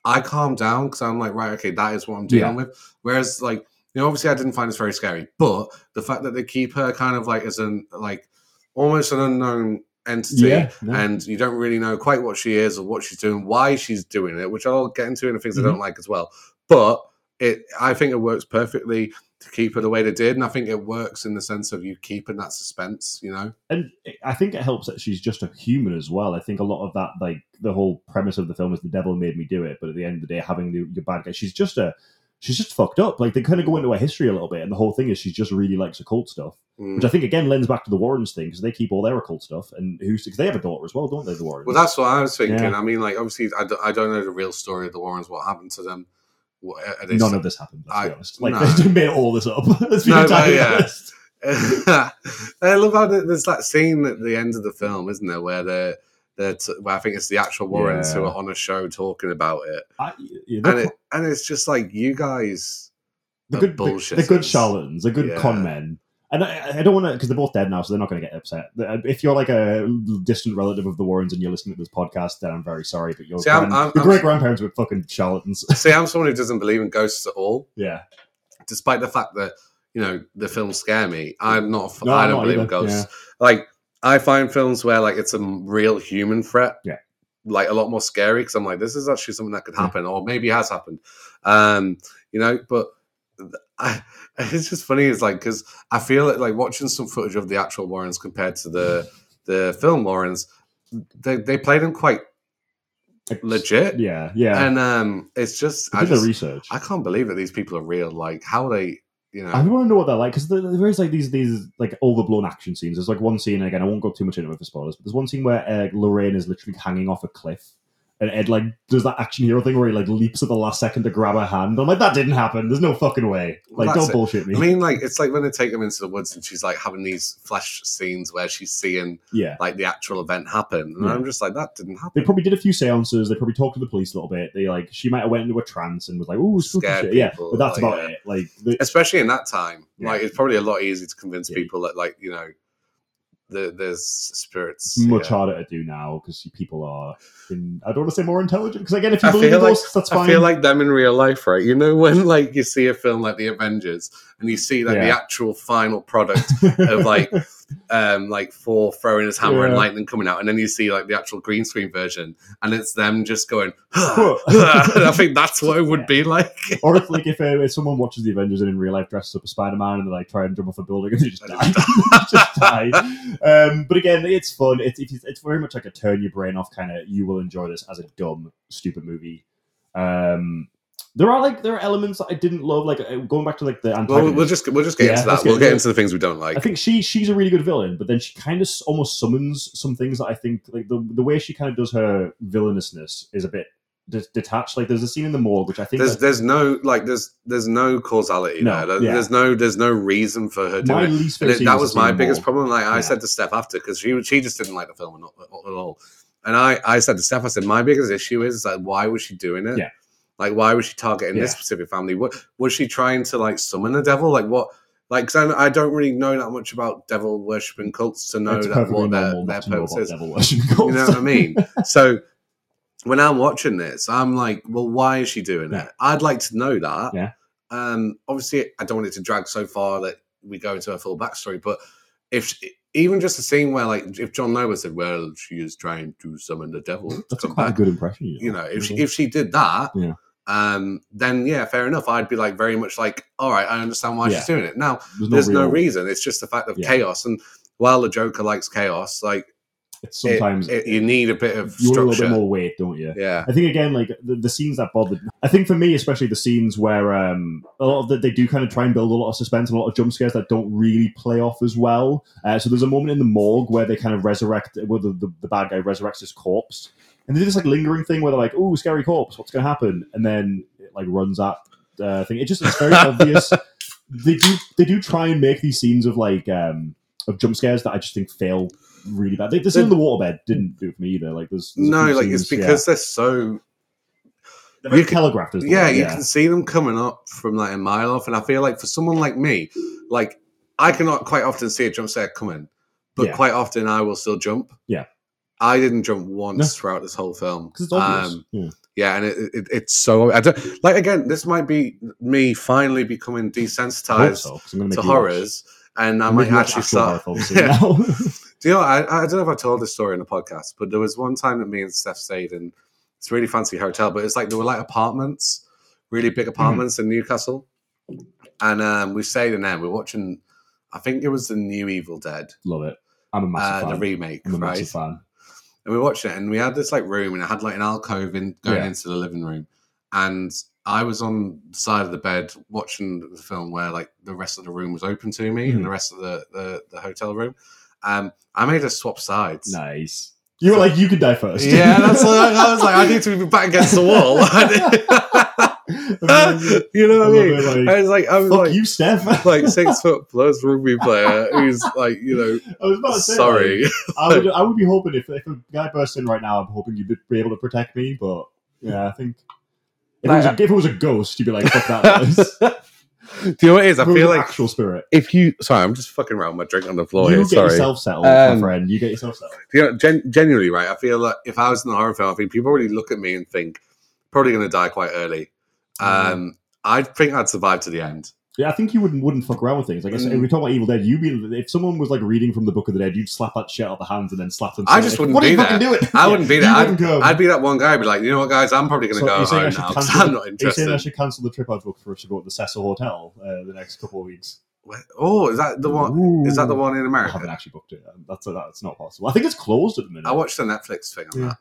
i calm down because i'm like right okay that is what i'm dealing with whereas like you know obviously i didn't find this very scary but the fact that they keep her kind of like as an like almost an unknown entity
Yeah. no.
and you don't really know quite what she is or what she's doing why she's doing it which i'll get into in the things
Mm-hmm.
i don't like as well but it i think it works perfectly to keep her the way they did and i think it works in the sense of you keeping that suspense you know
and I think it helps that she's just a human as well. I think a lot of that, like the whole premise of the film, is the devil made me do it. But at the end of the day, having the, your bad guy, she's just a, she's just fucked up. Like they kind of go into her history a little bit, and the whole thing is she just really likes occult stuff,
Mm.
which I think again lends back to the Warrens thing because they keep all their occult stuff, and who's because they have a daughter as well, don't they? The Warrens.
Well, that's what I was thinking.
Yeah.
I mean, like, obviously, I don't, I don't know the real story of the Warrens, what happened to them. What, uh, are they
None of this happened. Let's
I-
be honest. Like
no.
they [LAUGHS] made all this up. Let's be
No, but
entirely
yeah.
honest.
[LAUGHS] I love how there- there's that scene at the end of the film, isn't there, where they're, they're t- where I think it's the actual Warrens who
Yeah.
are on a show talking about it.
I, yeah,
And,
they're
it, and it's just like, you guys.
the
are
good, the, the good
bullshitters.
charlatans, the good con
Yeah.
men. And I, I don't want to, because they're both dead now, so they're not going to get upset. uh, If you're like a distant relative of the Warrens and you're listening to this podcast, then I'm very sorry, but your,
See, I'm-
grand-
I'm-
your
I'm-
great grandparents were fucking charlatans.
See, I'm someone who doesn't believe in ghosts at all,
[LAUGHS] yeah,
despite the fact that, you know, the films scare me. I'm not, a f-
No,
I
I'm
don't
not
believe in
either.
ghosts. Like, I find films where, like, it's a m- real human threat.
Yeah.
like a lot more scary because I'm like, this is actually something that could
Yeah.
happen, or maybe has happened. Um, you know, but th- I, [LAUGHS] it's just funny. It's like because I feel it like watching some footage of the actual Warrens compared to
[SIGHS]
the the film Warrens, they they play them quite
It's-
legit,
yeah, yeah.
and um, it's just
They
I
did their
just
research.
I can't believe that these people are real. Like how they you know.
I want to know what they're like because there's like these these like overblown action scenes. There's like one scene, and again, I won't go too much into it for spoilers, but there's one scene where uh, Lorraine is literally hanging off a cliff, and Ed like does that action hero thing where he like leaps at the last second to grab her hand. I'm like, that didn't happen. There's no fucking way.
Well,
Like,
that's
don't
it.
bullshit me.
I mean, like it's like when they take them into the woods and she's like having these flash scenes where she's seeing
yeah.
like the actual event happen, and
Yeah.
I'm just like that didn't
They
happen.
probably did a few seances. They probably talked to the police a little bit. They like she might have went into a trance and was like, "Ooh, spooky
Scared
shit." yeah."
people,
But that's
like,
about
yeah.
it. Like, the,
Especially in that time,
Yeah.
like it's probably a lot easier to convince
Yeah.
people that like you know, the, there's spirits.
it's much
here.
harder to do now because people are. In, I don't want to say more intelligent because again, if you
I
believe
feel
in
like-
ghosts, that's fine.
I feel like them in real life, right? You know when like you see a film like The Avengers and you see like the
Yeah.
actual final product
[LAUGHS]
of like um like Thor throwing his hammer and
Yeah.
lightning coming out, and then you see like the actual green screen version, and it's them just going. [LAUGHS]
[LAUGHS] Huh.
and I think that's what it would be like.
or if like if, uh, if someone watches the Avengers and in real life dresses up as Spider Man and they like try and jump off a building and they just
They
die, [LAUGHS] just die. Um, but again, it's fun. It's it's it's very much like a turn your brain off kind of. You will enjoy this as a dumb, stupid movie. Um, there are like there are elements that I didn't love, like uh, going back to like the
Well,
antagonist.
we'll just we'll just get
Yeah,
into that.
let's
we'll
get
get
into
into the things we don't like.
I think she she's a really good villain, but then she kind of almost summons some things that I think like the the way she kind of does her villainousness is a bit de- detached. Like there's a scene in the morgue which I think
there's
that-
there's no like there's there's no causality
No,
there. There-
yeah.
There's no there's no reason for her doing
my
it.
least
And
favorite
it-
scene
that
is the
was
scene in
my
the
biggest
morgue.
problem. Like I
Yeah.
said to Steph after because she she just didn't like the film at all. At all. And I, I said to Steph, I said my biggest issue is like why was she doing it?
Yeah.
Like why was she targeting this
Yeah.
specific family? What was she trying to like summon the devil? Like what? Like 'cause I, I don't really know that much about devil worshipping cults to know
It's
that
perfectly
what their,
normal
their
not to know
purpose
about
is.
devil [LAUGHS]
[LAUGHS]
worship
You know
cults.
what I
[LAUGHS]
mean? so when I'm watching this, I'm like, well, why is she doing
Yeah.
it? I'd like to know that.
Yeah.
Um, obviously, I don't want it to drag so far that we go into her full backstory, but if she, even just a scene where, like, if John Noah said, "Well, she is trying to summon the devil," to
That's a
come
quite a
back,"
good impression. You,
you know, if she,
really.
if she did that,
Yeah.
um, then yeah, fair enough. I'd be like, very much like, all right, I understand why
Yeah.
she's doing it now.
there's
There's no
real-
reason. It's just the fact of
Yeah.
chaos and. While the Joker likes chaos, like
It's
it-
sometimes
it- you need a bit of
you want a
structure.
little bit more weight, don't you?
Yeah.
I think again, like the, the scenes that bothered. I think for me, especially the scenes where um, a lot of the, they do kind of try and build a lot of suspense and a lot of jump scares that don't really play off as well. Uh, so there's a moment in the morgue where they kind of resurrect, where the, the, the bad guy resurrects his corpse, and they do this like lingering thing where they're like, "Ooh, scary corpse, what's going to happen?" And then it like runs at uh, thing. It
[LAUGHS]
just it's very obvious. They do they do try and make these scenes of like um, of jump scares that I just think fail really bad. The, the scene in the waterbed didn't do it for me either. Like there's, there's a
No,
few
like it's
scenes, yeah.
because they're so
They're very
You can-
telegraphed as well.
yeah, you can see them coming up from like a mile off, and I feel like for someone like me, like I cannot quite often see a jump scare coming, but
Yeah.
quite often I will still jump.
Yeah.
I didn't jump once
No.
throughout this whole film Um,
'Cause it's obvious. yeah.
yeah, and it, it, it's so I don't, like again, this might be me finally becoming
I hope
desensitized
so, 'cause I'm gonna make
to
you watch-
horrors, and I
I'm gonna
might
make you watch
actually
actual horror
start. Yeah.
[LAUGHS] films soon now.
Do you know, I, I don't know if I told this story in the podcast, but there was one time that me and Steph stayed in this really fancy hotel, but it's like there were like apartments, really big
Mm-hmm.
apartments in Newcastle. And um, we stayed in there. We were watching, I think it was the new Evil Dead,
Love it. I'm a massive
uh, the
fan.
remake,
I'm a
right?
massive fan.
and we watched it and we had this like room and it had like an alcove in going
Yeah.
into the living room and i was on the side of the bed watching the film where like the rest of the room was open to me
Mhm.
and the rest of the, the the hotel room um i made us swap sides
Nice. You were like, you could die first. [LAUGHS]
yeah that's what I, I was like i need to be back against the wall [LAUGHS]
I
you know what i
love
mean
it, like,
i was like i was
fuck
like
you, Steph.
[LAUGHS]
[LAUGHS]
like six foot plus rugby player who's like you know
I was about to say,
sorry
like, I would, I would be hoping if, if a guy burst in right now, I'm hoping you'd be able to protect me. But yeah, I think if, it, was
Like,
a, if it was a ghost, you'd be like, fuck
[LAUGHS]
that. noise. If
[LAUGHS] do you know what it is i
it was
feel
an
like
actual spirit.
if you sorry i'm just fucking around with my drink on the floor
you
here
get
sorry
yourself settled,
Um,
my friend. You get yourself settled.
you know, gen- genuinely, right? I feel like if I was in the horror film, I think people already look at me and think probably going to die quite early.
Mm-hmm.
Um, I think I'd survive to the end.
Yeah, I think you wouldn't wouldn't fuck around with things. Like I guess
Mm.
if we talk about Evil Dead, you be if someone was like reading from the Book of the Dead, you'd slap that shit out the hands and then slap them.
I just wouldn't
what
be
you
there.
fucking do it? [LAUGHS]
I wouldn't be
You
there. I'd-
wouldn't go.
I'd be that one guy, who'd be like, you know what, guys, I'm probably going to
So
go
you're saying
home
I
now [LAUGHS] 'cause
should cancel
I'm
the-
not
Are you saying I
interested.
should cancel the trip I booked for us to go to the Cecil Hotel uh, the next couple of weeks?
Where- Oh, is that the one? Is that the
Ooh.
one in
I haven't
America?
actually booked it. That's that's not possible. I think it's closed at the minute.
I watched the Netflix thing on
Yeah.
that.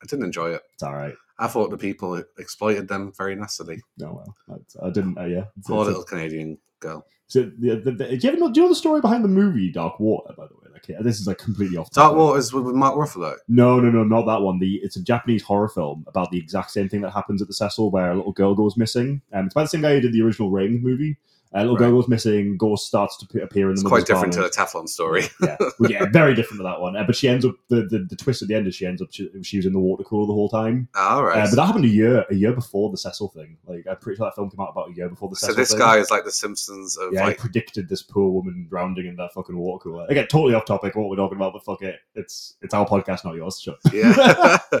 I didn't enjoy it.
It's all right.
I thought the people exploited them very nastily.
No, Oh, well, that's- I didn't. Uh, yeah. It's-
Poor
it's-
little Canadian girl.
So, the, the, the, do you ever know? Do you know the story behind the movie Dark Water? By the way, like yeah, this is like completely off.
Dark
topic.
Waters with with Mark Ruffalo.
No, no, no, not that one. The it's a Japanese horror film about the exact same thing that happens at the Cecil, where a little girl goes missing. Um, it's by the same guy who did the original Ring movie. A little girl goes missing. Ghost starts to p- appear in the.
It's quite
mother's
different to
apartment.
the Teflon story. [LAUGHS]
yeah, Well, yeah, very different to that one. Uh, but she ends up the, the the twist at the end is she ends up she, she was in the water cooler the whole time.
Ah, All
Uh,
right.
but that happened a year a year before the Cecil thing. Like I'm pretty sure that film came out about a year before the
so
Cecil.
this
thing.
guy is like the Simpsons of
Yeah, I [LAUGHS]
like
predicted this poor woman drowning in that fucking water cooler. Again, totally off topic what we're talking about, but fuck it. It's it's our podcast, not yours. Sure.
yeah. [LAUGHS]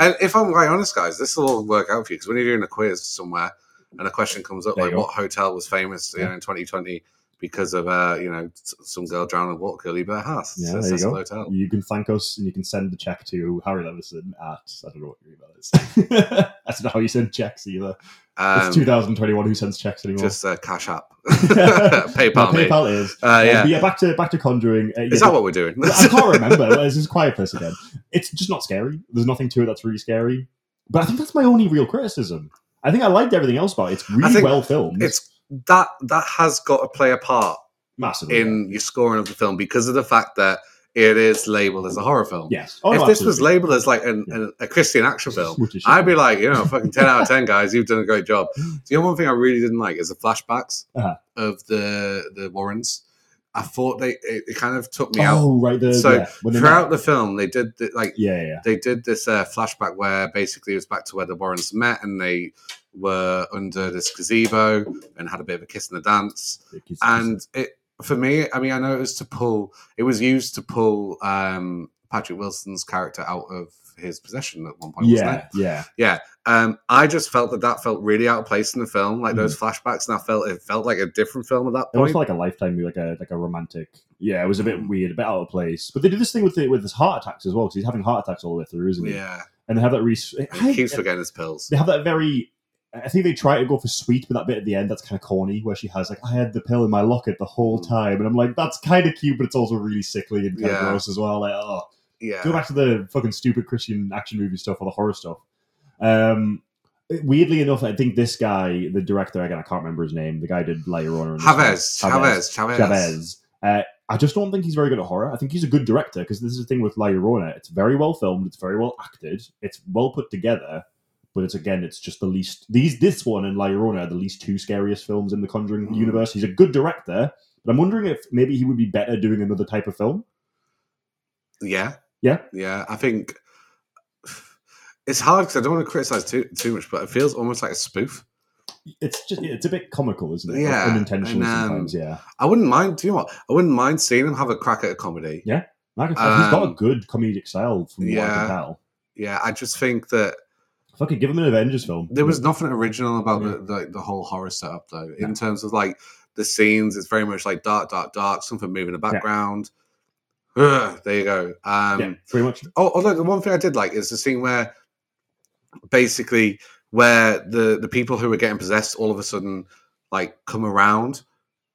and if I'm quite honest, guys, this will all work out for you because when you're doing a quiz somewhere and a question comes up
There
like,
you go.
what hotel was famous you
Yeah.
know, in 2020 because of uh, you know s- some girl drowning in water cooler? You better ask.
Yeah,
So it's
there you
Cecil
go.
Hotel.
You can thank us and you can send the check to Harry Levison at I don't know what your email is.
[LAUGHS]
That's not how you send checks either.
Um,
it's 2021 who sends checks anymore. [LAUGHS]
just uh, Cash App, [LAUGHS]
No,
PayPal, me.
PayPal is.
Uh,
Uh,
yeah.
but yeah, back to back to conjuring. Uh, yeah,
Is that what we're
[LAUGHS]
doing? [LAUGHS]
I can't remember. Well, It's just quiet place again. It's just not scary. There's nothing to it that's really scary. But I think that's my only real criticism. I think I liked everything else about it. It's really
think
well filmed.
it's that that has got to play a part
massively.
in your scoring of the film because of the fact that it is labeled as a horror film.
yes. Oh,
if
no,
this was
absolutely.
labeled as like an,
Yeah.
an, a Christian action film,
Which is shit.
I'd be like, you know, fucking 10 out of
[LAUGHS]
10, guys. You've done a great
[GASPS]
job. The only one thing I really didn't like is the flashbacks
Uh-huh.
of the the Warrens. I thought they it, it kind of took me out.
oh right. The,
So,
yeah, when they
Throughout
met.
the film, they did the, like
yeah, yeah, yeah.
they did this uh, flashback where basically it was back to where the Warrens met and they were under this gazebo and had a bit of a kiss and a dance.
Because-
And it for me, I mean, I know it was to pull. It was used to pull um, Patrick Wilson's character out of his possession at one point. Wasn't it?
yeah, yeah.
Um, I just felt that that felt really out of place in the film, like those flashbacks, and I felt it felt like a different film at that
Mm. It was
point.
like a lifetime, movie, like a like a romantic. Yeah, it was a bit weird, a bit out of place. But they do this thing with the, with his heart attacks as well, because he's having heart attacks all the way through, isn't he?
yeah,
And they have that. Res-
he
I-
keeps forgetting his pills.
they have that very I think they try to go for sweet, but that bit at the end that's kind of corny, where she has like, "I had the pill in my locket the whole
Hmm.
time," and I'm like, "That's kind of cute, but it's also really sickly and kind
Yeah.
of gross as well." Like, oh, go
Yeah,
back to the fucking stupid Christian action movie stuff or the horror stuff. Um, weirdly enough, I think this guy, the director, again, I can't remember his name, the guy who did La Llorona. and
Chavez,
stuff.
Chavez, Chavez,
Chavez. Uh, I just don't think he's very good at horror. I think he's a good director because this is the thing with La Llorona. It's very well filmed. It's very well acted. It's well put together. But it's again, it's just the least these this one and La Llorona are the least two scariest films in the Conjuring
Mhm.
universe. He's a good director, but I'm wondering if maybe he would be better doing another type of film.
Yeah,
Yeah.
yeah. I think [SIGHS] it's hard because I don't want to criticize too too much, but it feels almost like a spoof.
It's just it's a bit comical, isn't it?
Yeah,
unintentionally
and, um,
sometimes. Yeah,
I wouldn't mind. Do you know what? I wouldn't mind seeing him have a crack at a comedy.
Yeah. Like I said, he's got a
um,
good comedic style from what I
yeah.
can tell.
Yeah, I just think that
Fucking give him an Avengers film.
there was nothing original about
Yeah.
the, the the whole horror setup though. In terms of like the scenes, it's very much like dark, dark, dark. Something moving in the background. Ugh, there you go. Um,
yeah, pretty much.
Oh, although the one thing I did like is the scene where basically where the the people who were getting possessed all of a sudden like come around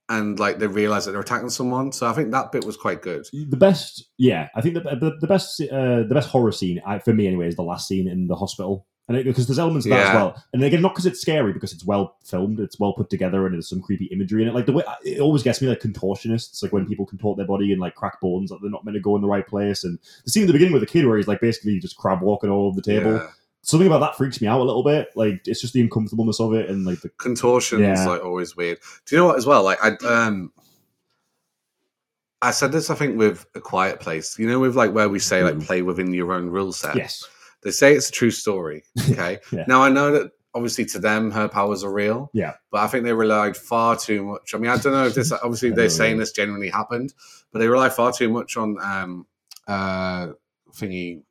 and like they realize that they're attacking someone. So I think that bit was quite good.
the best yeah i think the, the, the best uh, the best horror scene I, for me anyway is the last scene in the hospital and it, because there's elements of that as
Yeah.
well and again not because it's scary because it's well filmed it's well put together and there's some creepy imagery in it like the way it always gets me like contortionists like when people contort their body and like crack bones like they're not meant to go in the right place and the scene at the beginning with the kid where he's like basically just crab walking all over the table
Yeah.
something about that freaks me out a little bit like it's just the uncomfortableness of it and like the
Contortions
Yeah.
like always weird. Do you know what as well? Like I um I said this I think with a quiet place. You know with like where we say like
Mhm.
play within your own rule set.
yes
they say it's a true
[LAUGHS]
story. Okay.
Yeah.
Now I know that obviously to them her powers are real.
Yeah.
But I think they relied far too much. I mean, I don't know if
[LAUGHS]
this obviously
I
they're
know,
saying
yeah.
this genuinely happened, but they rely far too much on um uh thingy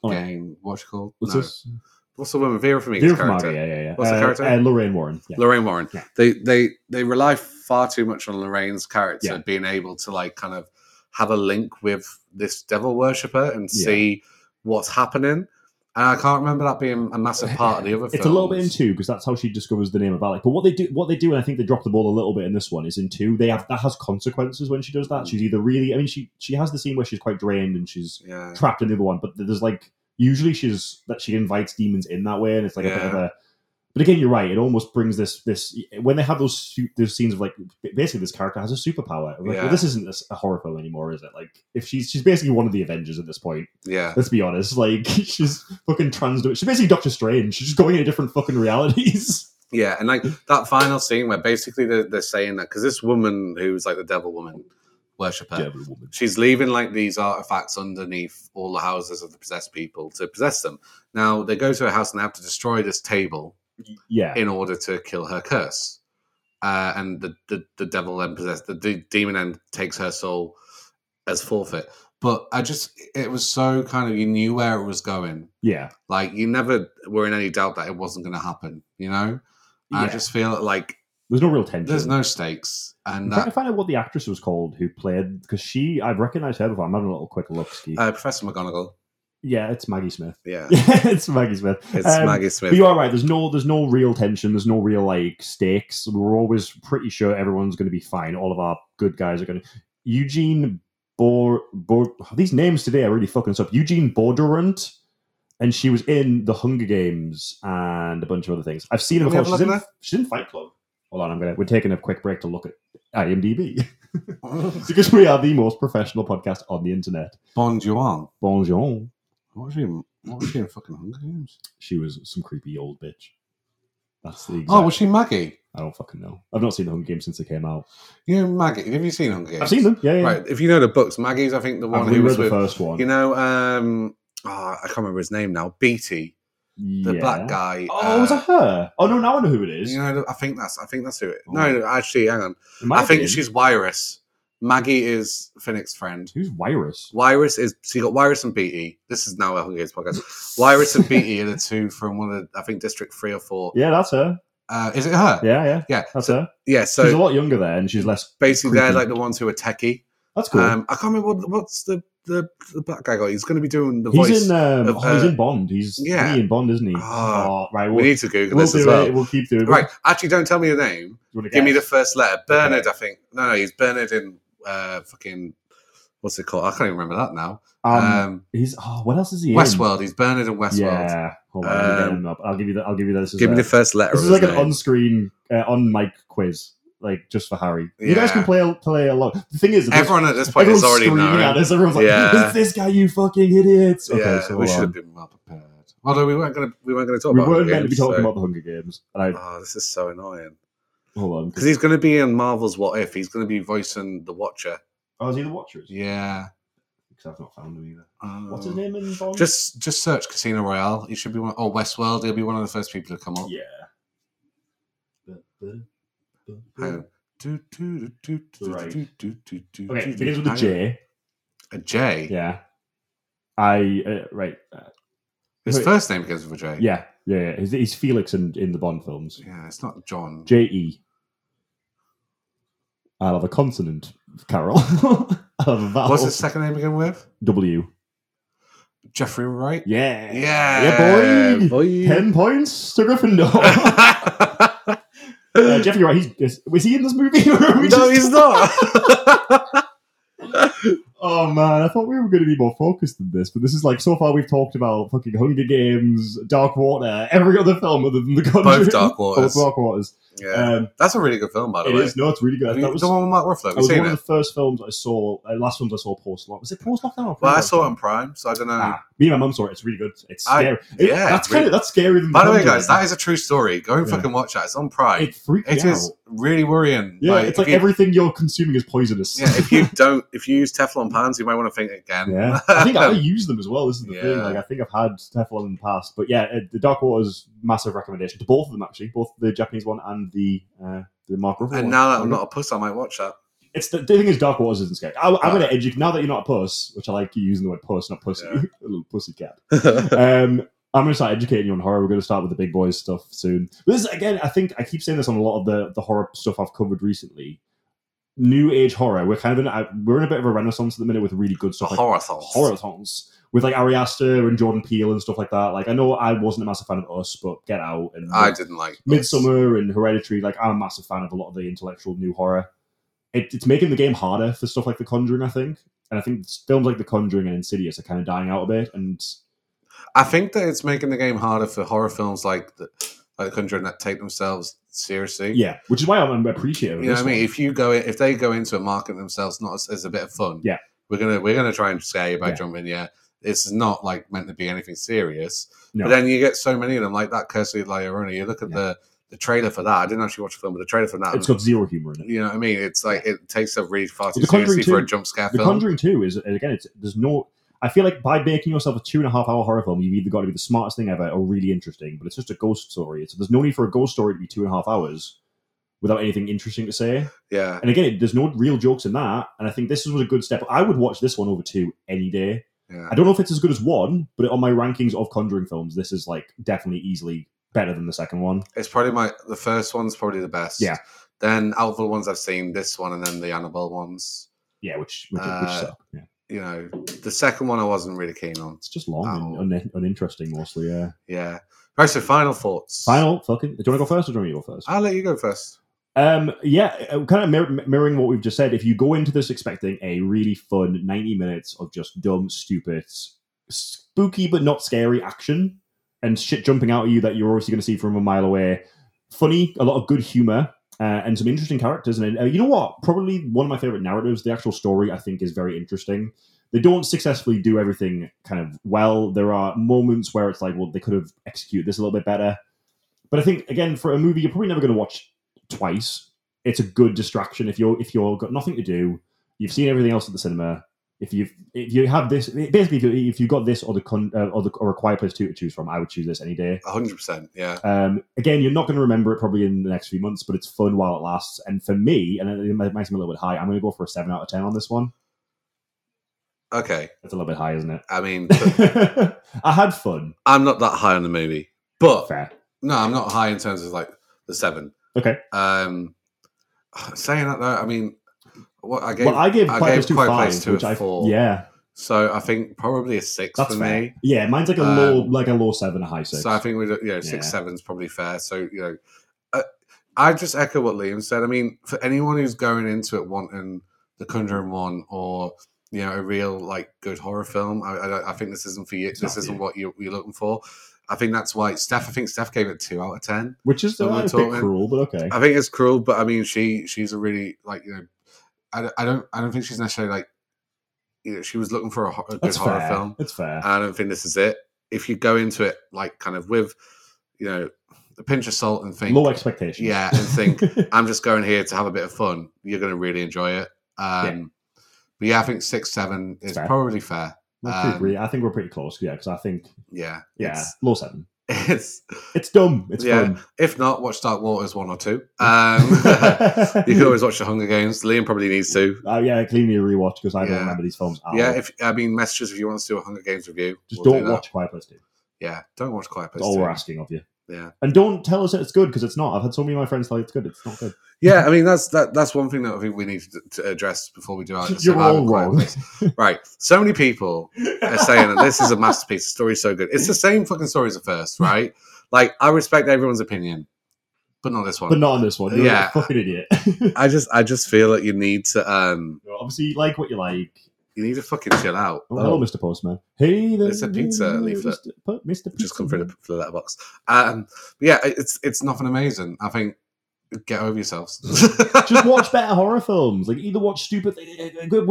Oh, yeah.
game. What's it called?
what's
No.
this
What's the woman? Vera Farmiga's
Vera
character.
Farmiga, yeah yeah yeah
What's the
Uh,
character?
uh, lorraine warren yeah.
Lorraine Warren.
Yeah.
They they they rely far too much on Lorraine's character
Yeah.
being able to like kind of have a link with this devil worshipper and
Yeah.
see what's happening. And I can't remember that being a massive part of the other.
[LAUGHS] It's a little bit in
films.
two because that's how she discovers the name of Alec. But what they do, what they do, and I think they drop the ball a little bit in this one is in two. They have that has consequences when she
Mm.
does that. She's either really, I mean, she she has the scene where she's quite drained and she's
Yeah,
trapped in the other one, but there's like usually she's that she invites demons in that way, and it's like a bit of
Yeah.
a. But again, you're right. It almost brings this this when they have those su- those scenes of like basically this character has a superpower. I'm Like,
Yeah.
well, this isn't a, a horror film anymore, is it? Like, if she's she's basically one of the Avengers at this point.
Yeah.
Let's be honest. Like, [LAUGHS] she's fucking trans. She's basically Doctor Strange. She's just going into different
[LAUGHS]
fucking realities.
Yeah, and like that final scene where basically they're, they're saying that because this woman who's like the devil woman worshiper,
Devil woman.
she's leaving like these artifacts underneath all the houses of the possessed people to possess them. Now they go to her house and they have to destroy this table
Yeah.
in order to kill her curse. Uh, and the, the the devil then possessed the de- demon then takes her soul as forfeit. But I just it was so kind of you knew where it was going.
Yeah.
Like you never were in any doubt that it wasn't going to happen. You know, I
Yeah.
just feel like
There's no real tension.
there's no stakes,
I'm
and
trying
that,
to find out what the actress was called who played because she I've recognized her before. I'm having a little quick look. Ski.
uh, Professor McGonagall.
yeah, it's Maggie Smith. [LAUGHS]
Yeah,
it's Maggie Smith.
it's
Um,
Maggie
But
Smith.
you are right. There's no there's no real tension. There's no real like stakes. We're always pretty sure everyone's going to be fine. All of our good guys are going to Eugene Bor, Bor these names today are really fucking us up. Eugene Bordurant. And she was in The Hunger Games and a bunch of other things. I've seen her
Can we have a
before. She's
look
in,
at
she's in Fight Club. Hold on, I'm gonna. We're taking a quick break to look at IMDb. [LAUGHS] because we are the most professional podcast on the internet.
[LAUGHS] Bon Joon.
Bonjour.
What was she? in- What was she in fucking Hunger Games?
She was some creepy old bitch. That's the exact.
Oh, was she Maggie?
I don't fucking know. I've not seen the Hunger Games since they came out.
You know Maggie? Have you seen Hunger Games?
I've seen them. Yeah, yeah.
Right, if you know the books, Maggie's I think the one
I've
who
reread
was
the
with
first one.
you know um oh, I can't remember his name now. Beatty, the
yeah.
black guy.
Oh, was
uh,
that her? Oh no, now I know who it is.
You know, I think that's I think that's who it.
Oh.
No, no, actually, hang on.
It might
I think
be.
she's Wyrus. Maggie is Finnick's friend.
who's Virus.
Wyrus is so you got Wyrus and Beatty. This is now a Hunger Games podcast. Wyrus and Beatty are the two from one of the, I think District Three or Four.
[LAUGHS] Yeah, that's her.
Uh, is it her?
Yeah, yeah,
Yeah.
that's her.
Yeah,
she's a
so
lot younger there, and she's less.
basically they're
creepy.
like the ones who are techie.
That's cool.
Um, I can't remember what, what's the, the the black guy got. He's going to be doing the voice.
he's in. Um,
of,
oh, he's
uh,
in Bond. He's
yeah.
he in Bond, isn't he?
Ah,
oh, right. We'll,
we need to Google
we'll
this
do
as
it.
well.
We'll keep doing. it.
Right, actually, don't tell me your name.
You wanna
Give me the
guess?
first letter. Bernard, I think. No, no, he's Bernard in uh, fucking what's it called? I can't even remember that now.
Um,
Um,
he's oh, what else is he? in?
Westworld. He's Bernard in Westworld.
Yeah, hold on, let me get
Um,
him up. I'll give you the. I'll give you this. as
Give me
a-
the first letter.
this
of
is like
his
an
name.
on-screen, uh, on-mic quiz, like just for Harry. You guys
Yeah.
can play play along. The thing is, that this-
Everyone at this point is
everyone's
already
screaming at
known.
us. Everyone's like,
Yeah.
"It's this guy, you fucking idiots!" Okay,
yeah,
so
we
hold
should
on.
have been well prepared. Although we weren't going to, we weren't going to talk
we
about.
weren't
Hunger
meant to be
Games,
talking
so-
about the Hunger Games, and I
Oh, this is so annoying.
hold on.
Because he's going to be in Marvel's What If. He's going to be voicing the Watcher.
Oh, is he the Watchers?
Yeah.
Because I've not found him either.
Um,
What's his name in Bond?
Just just search Casino Royale. He should be one. Oh, Westworld. He'll be one of the first people to come up.
yeah.
Hang on. Um, Do, do, do, do, do,
Right.
do, do, do, do,
Okay,
do,
it begins
do.
with a
Hang
J.
on. A J.
Yeah. I uh, right. Uh,
His
Wait.
first name begins with a J.
yeah, yeah, yeah. He's, he's Felix in, in the Bond films.
Yeah, it's not John.
J E. I'll have a consonant, Carol. [LAUGHS] I'll have a vowel.
What's his second name begin with?
W.
Jeffrey Wright.
Yeah.
Yeah,
Yeah, boy.
boy. [LAUGHS]
Ten points to Gryffindor. uh, Jeffrey Wright. He's is, was he in this movie? [LAUGHS] Or are
no,
we just-
he's
[LAUGHS]
not.
Oh man, I thought we were going to be more focused than this, but this is like so far we've talked about fucking Hunger Games, Dark Water, every other film other than The Conjuring.
Both Dark Waters.
Both Dark Waters.
yeah,
Um,
that's a really good film, by the
It
way.
is. No, it's really good.
Have you-
that was,
the
that
one with Mark Ruffalo. Have you
was
seen
one of the
it?
first films I saw. Uh, last films I saw post lockdown. Was it post lockdown?
Well, I saw it on Prime, so I don't know.
Ah, me and my mum saw it. It's really good. It's
I-
scary. It-
yeah,
that's
it's really-
kind of that's scarier than.
By the way,
Conjuring.
guys, that is a true story. Go and
Yeah.
fucking watch that. It's on Prime.
it freaked
It
me
is
out.
really worrying.
Yeah, it's
if
like
you,
everything you're consuming is poisonous.
Yeah, if you don't, if you use Teflon pans, you might want to think again. [LAUGHS]
Yeah, [LAUGHS] I think I use them as well. This is the thing.
Yeah.
Like I think I've had Teflon in the past, but yeah, uh, the Dark Waters massive recommendation to both of them actually, both the Japanese one and the uh, the Mark Ruffalo.
And
one.
now that I'm not a puss, I might watch that.
it's the, the thing is Dark Waters isn't scary. I, I'm going
Right.
to educate now that you're not a puss, which I like using the word puss, not pussy,
Yeah.
[LAUGHS] little pussy cat. [LAUGHS]
[LAUGHS]
um, I'm going to start educating you on horror. We're going to start with the big boys stuff soon. But this is, again, I think I keep saying this on a lot of the, the horror stuff I've covered recently. New age horror. We're kind of in a, we're in a bit of a renaissance at the minute with really good
a
stuff. like
horror thought.
horrorthons with like Ari Aster and Jordan Peele and stuff like that. Like I know I wasn't a massive fan of Us, but Get Out and
I didn't like this.
Midsummer and Hereditary. Like I'm a massive fan of a lot of the intellectual new horror. It, it's making the game harder for stuff like The Conjuring, I think, and I think films like The Conjuring and Insidious are kind of dying out a bit. And
I think that it's making the game harder for horror films like the, like Conjuring that take themselves seriously.
Yeah, which is why I'm appreciative. of
You know
this
what I mean?
one.
If you go in, if they go into it marketing themselves not as, as a bit of fun,
Yeah.
we're gonna we're gonna try and scare you by
Yeah.
jumping. Yeah, it's not like meant to be anything serious.
No.
But then you get so many of them, like that Curse of La Llorona. You look at
Yeah.
the the trailer for that. I didn't actually watch the film, but the trailer for that.
it's got zero humor in it.
you know what I mean? It's like it takes a really far too
The Conjuring
seriously for a
two-
jump scare
The
film.
Conjuring Two is and again, it's there's no. I feel like by making yourself a two and a half hour horror film, you've either got to be the smartest thing ever or really interesting. But it's just a ghost story, so there's no need for a ghost story to be two and a half hours without anything interesting to say.
yeah,
And again, it- there's no real jokes in that. And I think this was a good step. I would watch this one over two any day.
yeah.
I don't know if it's as good as one, but on my rankings of Conjuring films, this is like definitely easily better than the second one.
It's probably my the first one's probably the best.
Yeah.
Then out of the ones I've seen, this one and then the Annabelle ones.
Yeah, which which, which
Uh,
suck. Yeah.
You know, the second one I wasn't really keen on.
It's just long
Ow.
and un- uninteresting mostly. Yeah.
Yeah. Right. So final thoughts.
Final fucking. Do you want to go first or do you want me to go first?
I'll let you go first.
Um, yeah, uh, kind of mir- mirroring what we've just said. If you go into this expecting a really fun ninety minutes of just dumb, stupid, spooky but not scary action and shit jumping out at you that you're obviously going to see from a mile away, funny, a lot of good humor. Uh, and some interesting characters, and uh, you know what? Probably one of my favorite narratives. The actual story, I think, is very interesting. They don't successfully do everything kind of well. There are moments where it's like, well, they could have executed this a little bit better. But I think again, for a movie, you're probably never going to watch twice. It's a good distraction if you're if you're got nothing to do. You've seen everything else at the cinema. If you if you have this, basically, if, you, if you've got this or the con, uh, or the or a Quiet Place two to choose from, I would choose this any day.
hundred percent. Yeah.
Um, again, you're not going to remember it probably in the next few months, but it's fun while it lasts. And for me, and it it makes me a little bit high. I'm going to go for a seven out of ten on this one.
Okay.
That's a little bit high, isn't it?
I mean,
[LAUGHS] I had fun.
I'm not that high on the movie, but
Fair.
no, I'm not high in terms of like the seven.
Okay.
Um, [SIGHS] saying that though, I mean, what I gave.
well, I gave
I
Quiet
gave
Place two
Quiet
five,
Place two
which
a
I
four.
yeah,
so I think probably a six
that's
for
fair.
me.
Yeah, mine's like a low,
Um,
like a low seven, a high six.
So I think we, you know, six
Yeah.
seven's probably fair. So you know, uh, I just echo what Liam said. I mean, for anyone who's going into it wanting the Conjuring one or you know a real like good horror film, I, I, don't- I think this isn't for you.
It's
this
not for
isn't
you.
what you, you're looking for. I think that's why Steph. I think Steph gave it two out of ten.
which is
So
uh,
we're
a bit
talking-
cruel, but okay.
I think it's cruel, but I mean, she she's a really like you know, I, don't- I don't I don't think she's necessarily like you know she was looking for a, ho- a good
That's
horror
fair.
film.
It's fair.
I don't think this is it. If you go into it like kind of with, you know, a pinch of salt and think,
Low expectations.
Yeah, and
[LAUGHS]
think- I'm just going here to have a bit of fun, you're going to really enjoy it. Um, But yeah, I think six, seven is
Fair.
probably fair.
I think
um,
we- I think we're pretty close. Yeah, because I think
Yeah,
yeah,
It's,
low seven.
it's [LAUGHS]
It's dumb. It's
Yeah.
fun.
if not, watch Dark Waters one or
[LAUGHS]
two. Um, [LAUGHS] you can always watch the Hunger Games. Liam probably needs to.
Oh yeah, clean your rewatch because I
Yeah.
don't remember these films. At
Yeah,
all.
if I mean messages if you want us to do a Hunger Games review,
Oh. just
we'll do
don't
that.
watch Quiet Place Two.
Yeah, don't watch Quiet Place.
That's all
Two.
we're asking of you.
Yeah.
and don't tell us that it's good because it's not. I've had so many of my friends tell you it's good. It's not good.
Yeah, I mean that's that, that's one thing that I think we need to, to address before we do our.
You're all
survival quiet
wrong. [LAUGHS]
place. right? So many people are saying that this is a masterpiece. The story's so good. It's the same fucking story as the
[LAUGHS]
first, right? Like I respect everyone's opinion, but not this one.
but not on this one. You're
Yeah.
a fucking idiot. [LAUGHS]
I just I just feel that you need to um
Obviously, you like what you like.
you need to fucking chill out.
Oh, hello, Mr. Postman. Hey, there,
It's a pizza leaflet.
Mr. Po- Mr. Pizza
Oh, just come through
Man.
the, through that box. Um, yeah, it's it's nothing amazing. I think get over yourselves. [LAUGHS]
just watch better horror films. Like either watch stupid. Again, I've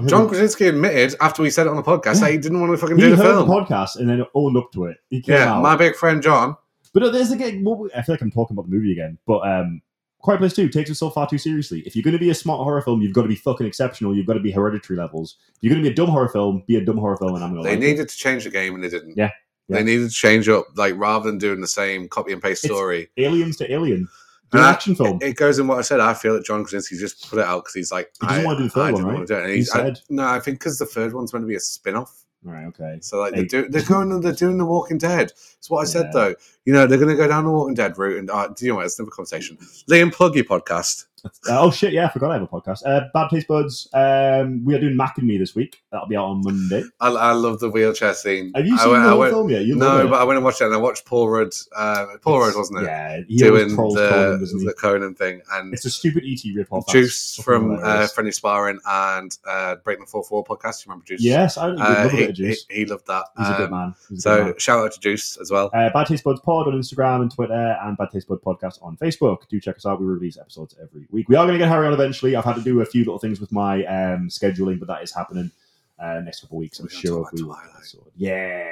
heard- [LAUGHS]
John Krasinski admitted after we said it on the podcast that he didn't want to fucking
he
do
heard
the film.
the podcast and then owned up to it. He came
yeah,
out.
my big friend John.
But no, there's again. What we, I feel like I'm talking about the movie again. But um, Quiet Place Two takes itself far too seriously. If you're going to be a smart horror film, you've got to be fucking exceptional. You've got to be hereditary levels. If you're going to be a dumb horror film, be a dumb horror film, and I'm going to.
They
like it.
needed to change the game and they didn't.
Yeah, yeah.
They needed to change up, like rather than doing the same copy and paste
It's-
story.
Aliens to Alien. Do
And
an
I-
action film.
It goes in what I said. I feel that John Krasinski just put it out because he's like,
He doesn't
I,
wanna do the third
I
one,
didn't
right?
want to do it. And
He
he's- eh, I-
said.
no, I think because the third one's meant to be a spin off.
Right. Okay.
So like they
Hey.
do, they're going, they're doing the Walking Dead. It's what I said
Yeah.
though. You know, they're going to go down the Walking Dead route, and uh, do you know what? It's another conversation. Liam, plug your podcast.
Uh, oh shit, yeah, I forgot I have a podcast. Uh, Bad Taste Buds. Um, we are doing Mac and Me this week. That'll be out on Monday.
I, I love the wheelchair scene.
Have you
I
seen
went-
the
I
whole
went-
film yet? You love
No,
it.
but I went and watched it, and I watched Paul Rudd. Uh, Paul Rudd,
It's-
wasn't it?
Yeah, he
Doing
always trolls
the,
Conan, doesn't he?
the Conan thing, and
It's a stupid ET ripoff. that's
Juice
fucking
from uh,
hilarious.
Friendly Sparring and uh, Break the Four Four podcast. You remember Juice?
yes, I
Uh,
love a
he,
bit of Juice.
he- he loved that.
He's a good
Um,
man. He's a
so
good man.
shout out to Juice as well.
Uh, Bad Taste Buds Pod on Instagram and Twitter, and Bad Taste Bud Podcast on Facebook. Do check us out. We release episodes every week. We are going to get Harry on eventually. I've had to do a few little things with my um, scheduling, but that is happening uh, next couple of weeks. I'm
We're gonna
sure.
talk
we
about
will.
Twilight.
So, Yeah,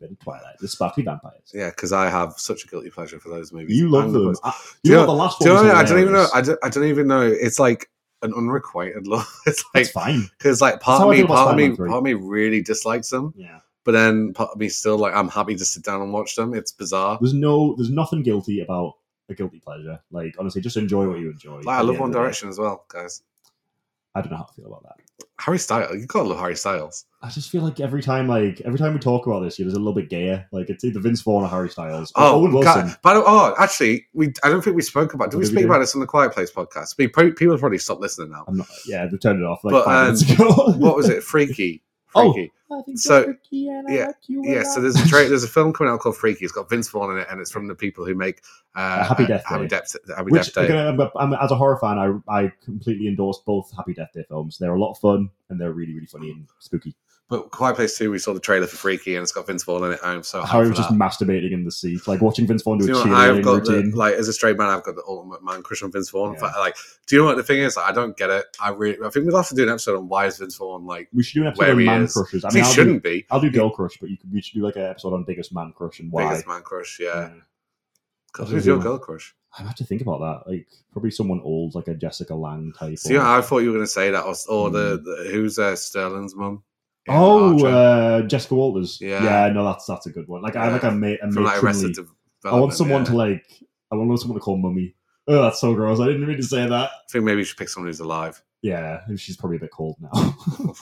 bit of Twilight, the sparkly vampires.
Yeah, because I have such a guilty pleasure for those movies.
You love
And the
them.
books.
I,
Do
you
you
know
know-
the last
Do you
one.
know
was
what I mean? I don't even know.
hilarious.
I don't, I don't even know. It's like an unrequited [LAUGHS] love. It's
That's
like
fine.
because like part
how
of
I
me,
feel about
part of me,
Spider-Man three.
part of me really dislikes them,
Yeah.
but then part of me still like I'm happy to sit down and watch them. It's bizarre.
There's no. There's nothing guilty about a guilty pleasure. Like honestly, just enjoy what you enjoy.
Like I
At the
love
end
One
of the day.
Direction as well, guys.
I don't know how I feel about that.
Harry Styles, you gotta love Harry Styles.
I just feel like every time, like every time we talk about this, you're just a little bit gayer. Like it's either Vince Vaughn or Harry Styles. Or
Oh,
Owen Wilson.
God, by the- oh, actually, we I don't think we spoke about. Did
What
we
did we
speak
do?
about this on the Quiet Place podcast? We pro- people probably stopped listening now.
I'm not. Yeah, they turned it off like
But,
five
um,
minutes ago.
[LAUGHS] What was it? Freaky.
Oh,
Freaky.
[LAUGHS] I think
so-
Dr. Key and I
yeah,
like you a
yeah.
lot.
So there's a tra- there's a film coming out called Freaky. It's got Vince Vaughn in it, and it's from the people who make uh,
Happy Death
Happy
Day.
Death, Happy
Which,
Death Day.
again, I'm, I'm- as a horror fan, I, I completely endorse both Happy Death Day films. They're a lot of fun and they're really, really funny and spooky.
But Quiet Place Two, we saw the trailer for Freaky, and it's got Vince Vaughn in it. I'm so
Harry
happy for
was just
that.
masturbating in the seat, like watching Vince Vaughn do,
Do you know
a
what? I've
cheerleading
got the,
routine.
like as a straight man, I've got the ultimate man crush on Vince Vaughn. In
Yeah.
fact, Like, do you know what the thing is? Like, I don't get it. I really, I think we'll have to do an episode on why is Vince Vaughn like?
we should do an episode
where
on
he
man
is.
crushes. I
he
mean, I'll do,
shouldn't be
I'll do girl crush, but you could, we should do like an episode on biggest man crush and why.
biggest man crush. Yeah,
Yeah.
God,
That's
who's
a
your
good
girl crush?
I have to think about that. Like probably someone old, like a Jessica Lang type.
See,
or-
I thought you were going to say that, or, or the, the who's uh, Sterling's mum? in
Hmm. oh,
Archer?
uh, Jessica Walters.
Yeah.
no, that's that's a good one. Like I
Yeah.
like a mate. A
from like
matronly-
Arrested
um, I want someone
yeah.
to like. I want someone to call mummy. Oh, that's so gross. I didn't mean to say that.
I think maybe you should pick someone who's
[LAUGHS]
alive.
Yeah, she's probably a bit cold now.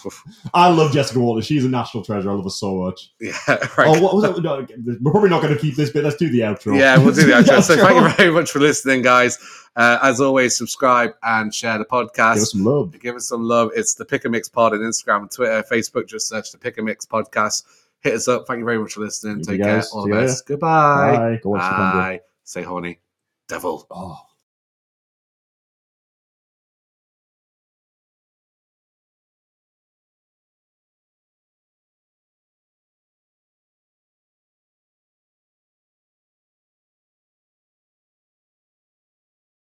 [LAUGHS] I love Jessica Walters. She's a national treasure. I love her so much.
[LAUGHS] yeah, [LAUGHS] right.
Oh, what was it? No, we're probably not going to keep this bit. Let's do the outro.
Yeah, we'll
[LAUGHS]
do the
Let's
outro. So thank you
outro.
very much for listening, guys. Uh, as always, subscribe and share the podcast.
Give us some love.
Give us some love. It's the Pick a Mix Pod on Instagram and Twitter, Facebook. Just search the Pick a Mix Podcast. Hit us up. Thank you very much for listening.
Thank you,
Take care.
guys.
All
See
the
ya.
best. Goodbye.
Bye. Go watch the Conjuring.
Bye. Say horny. Devil.
Oh.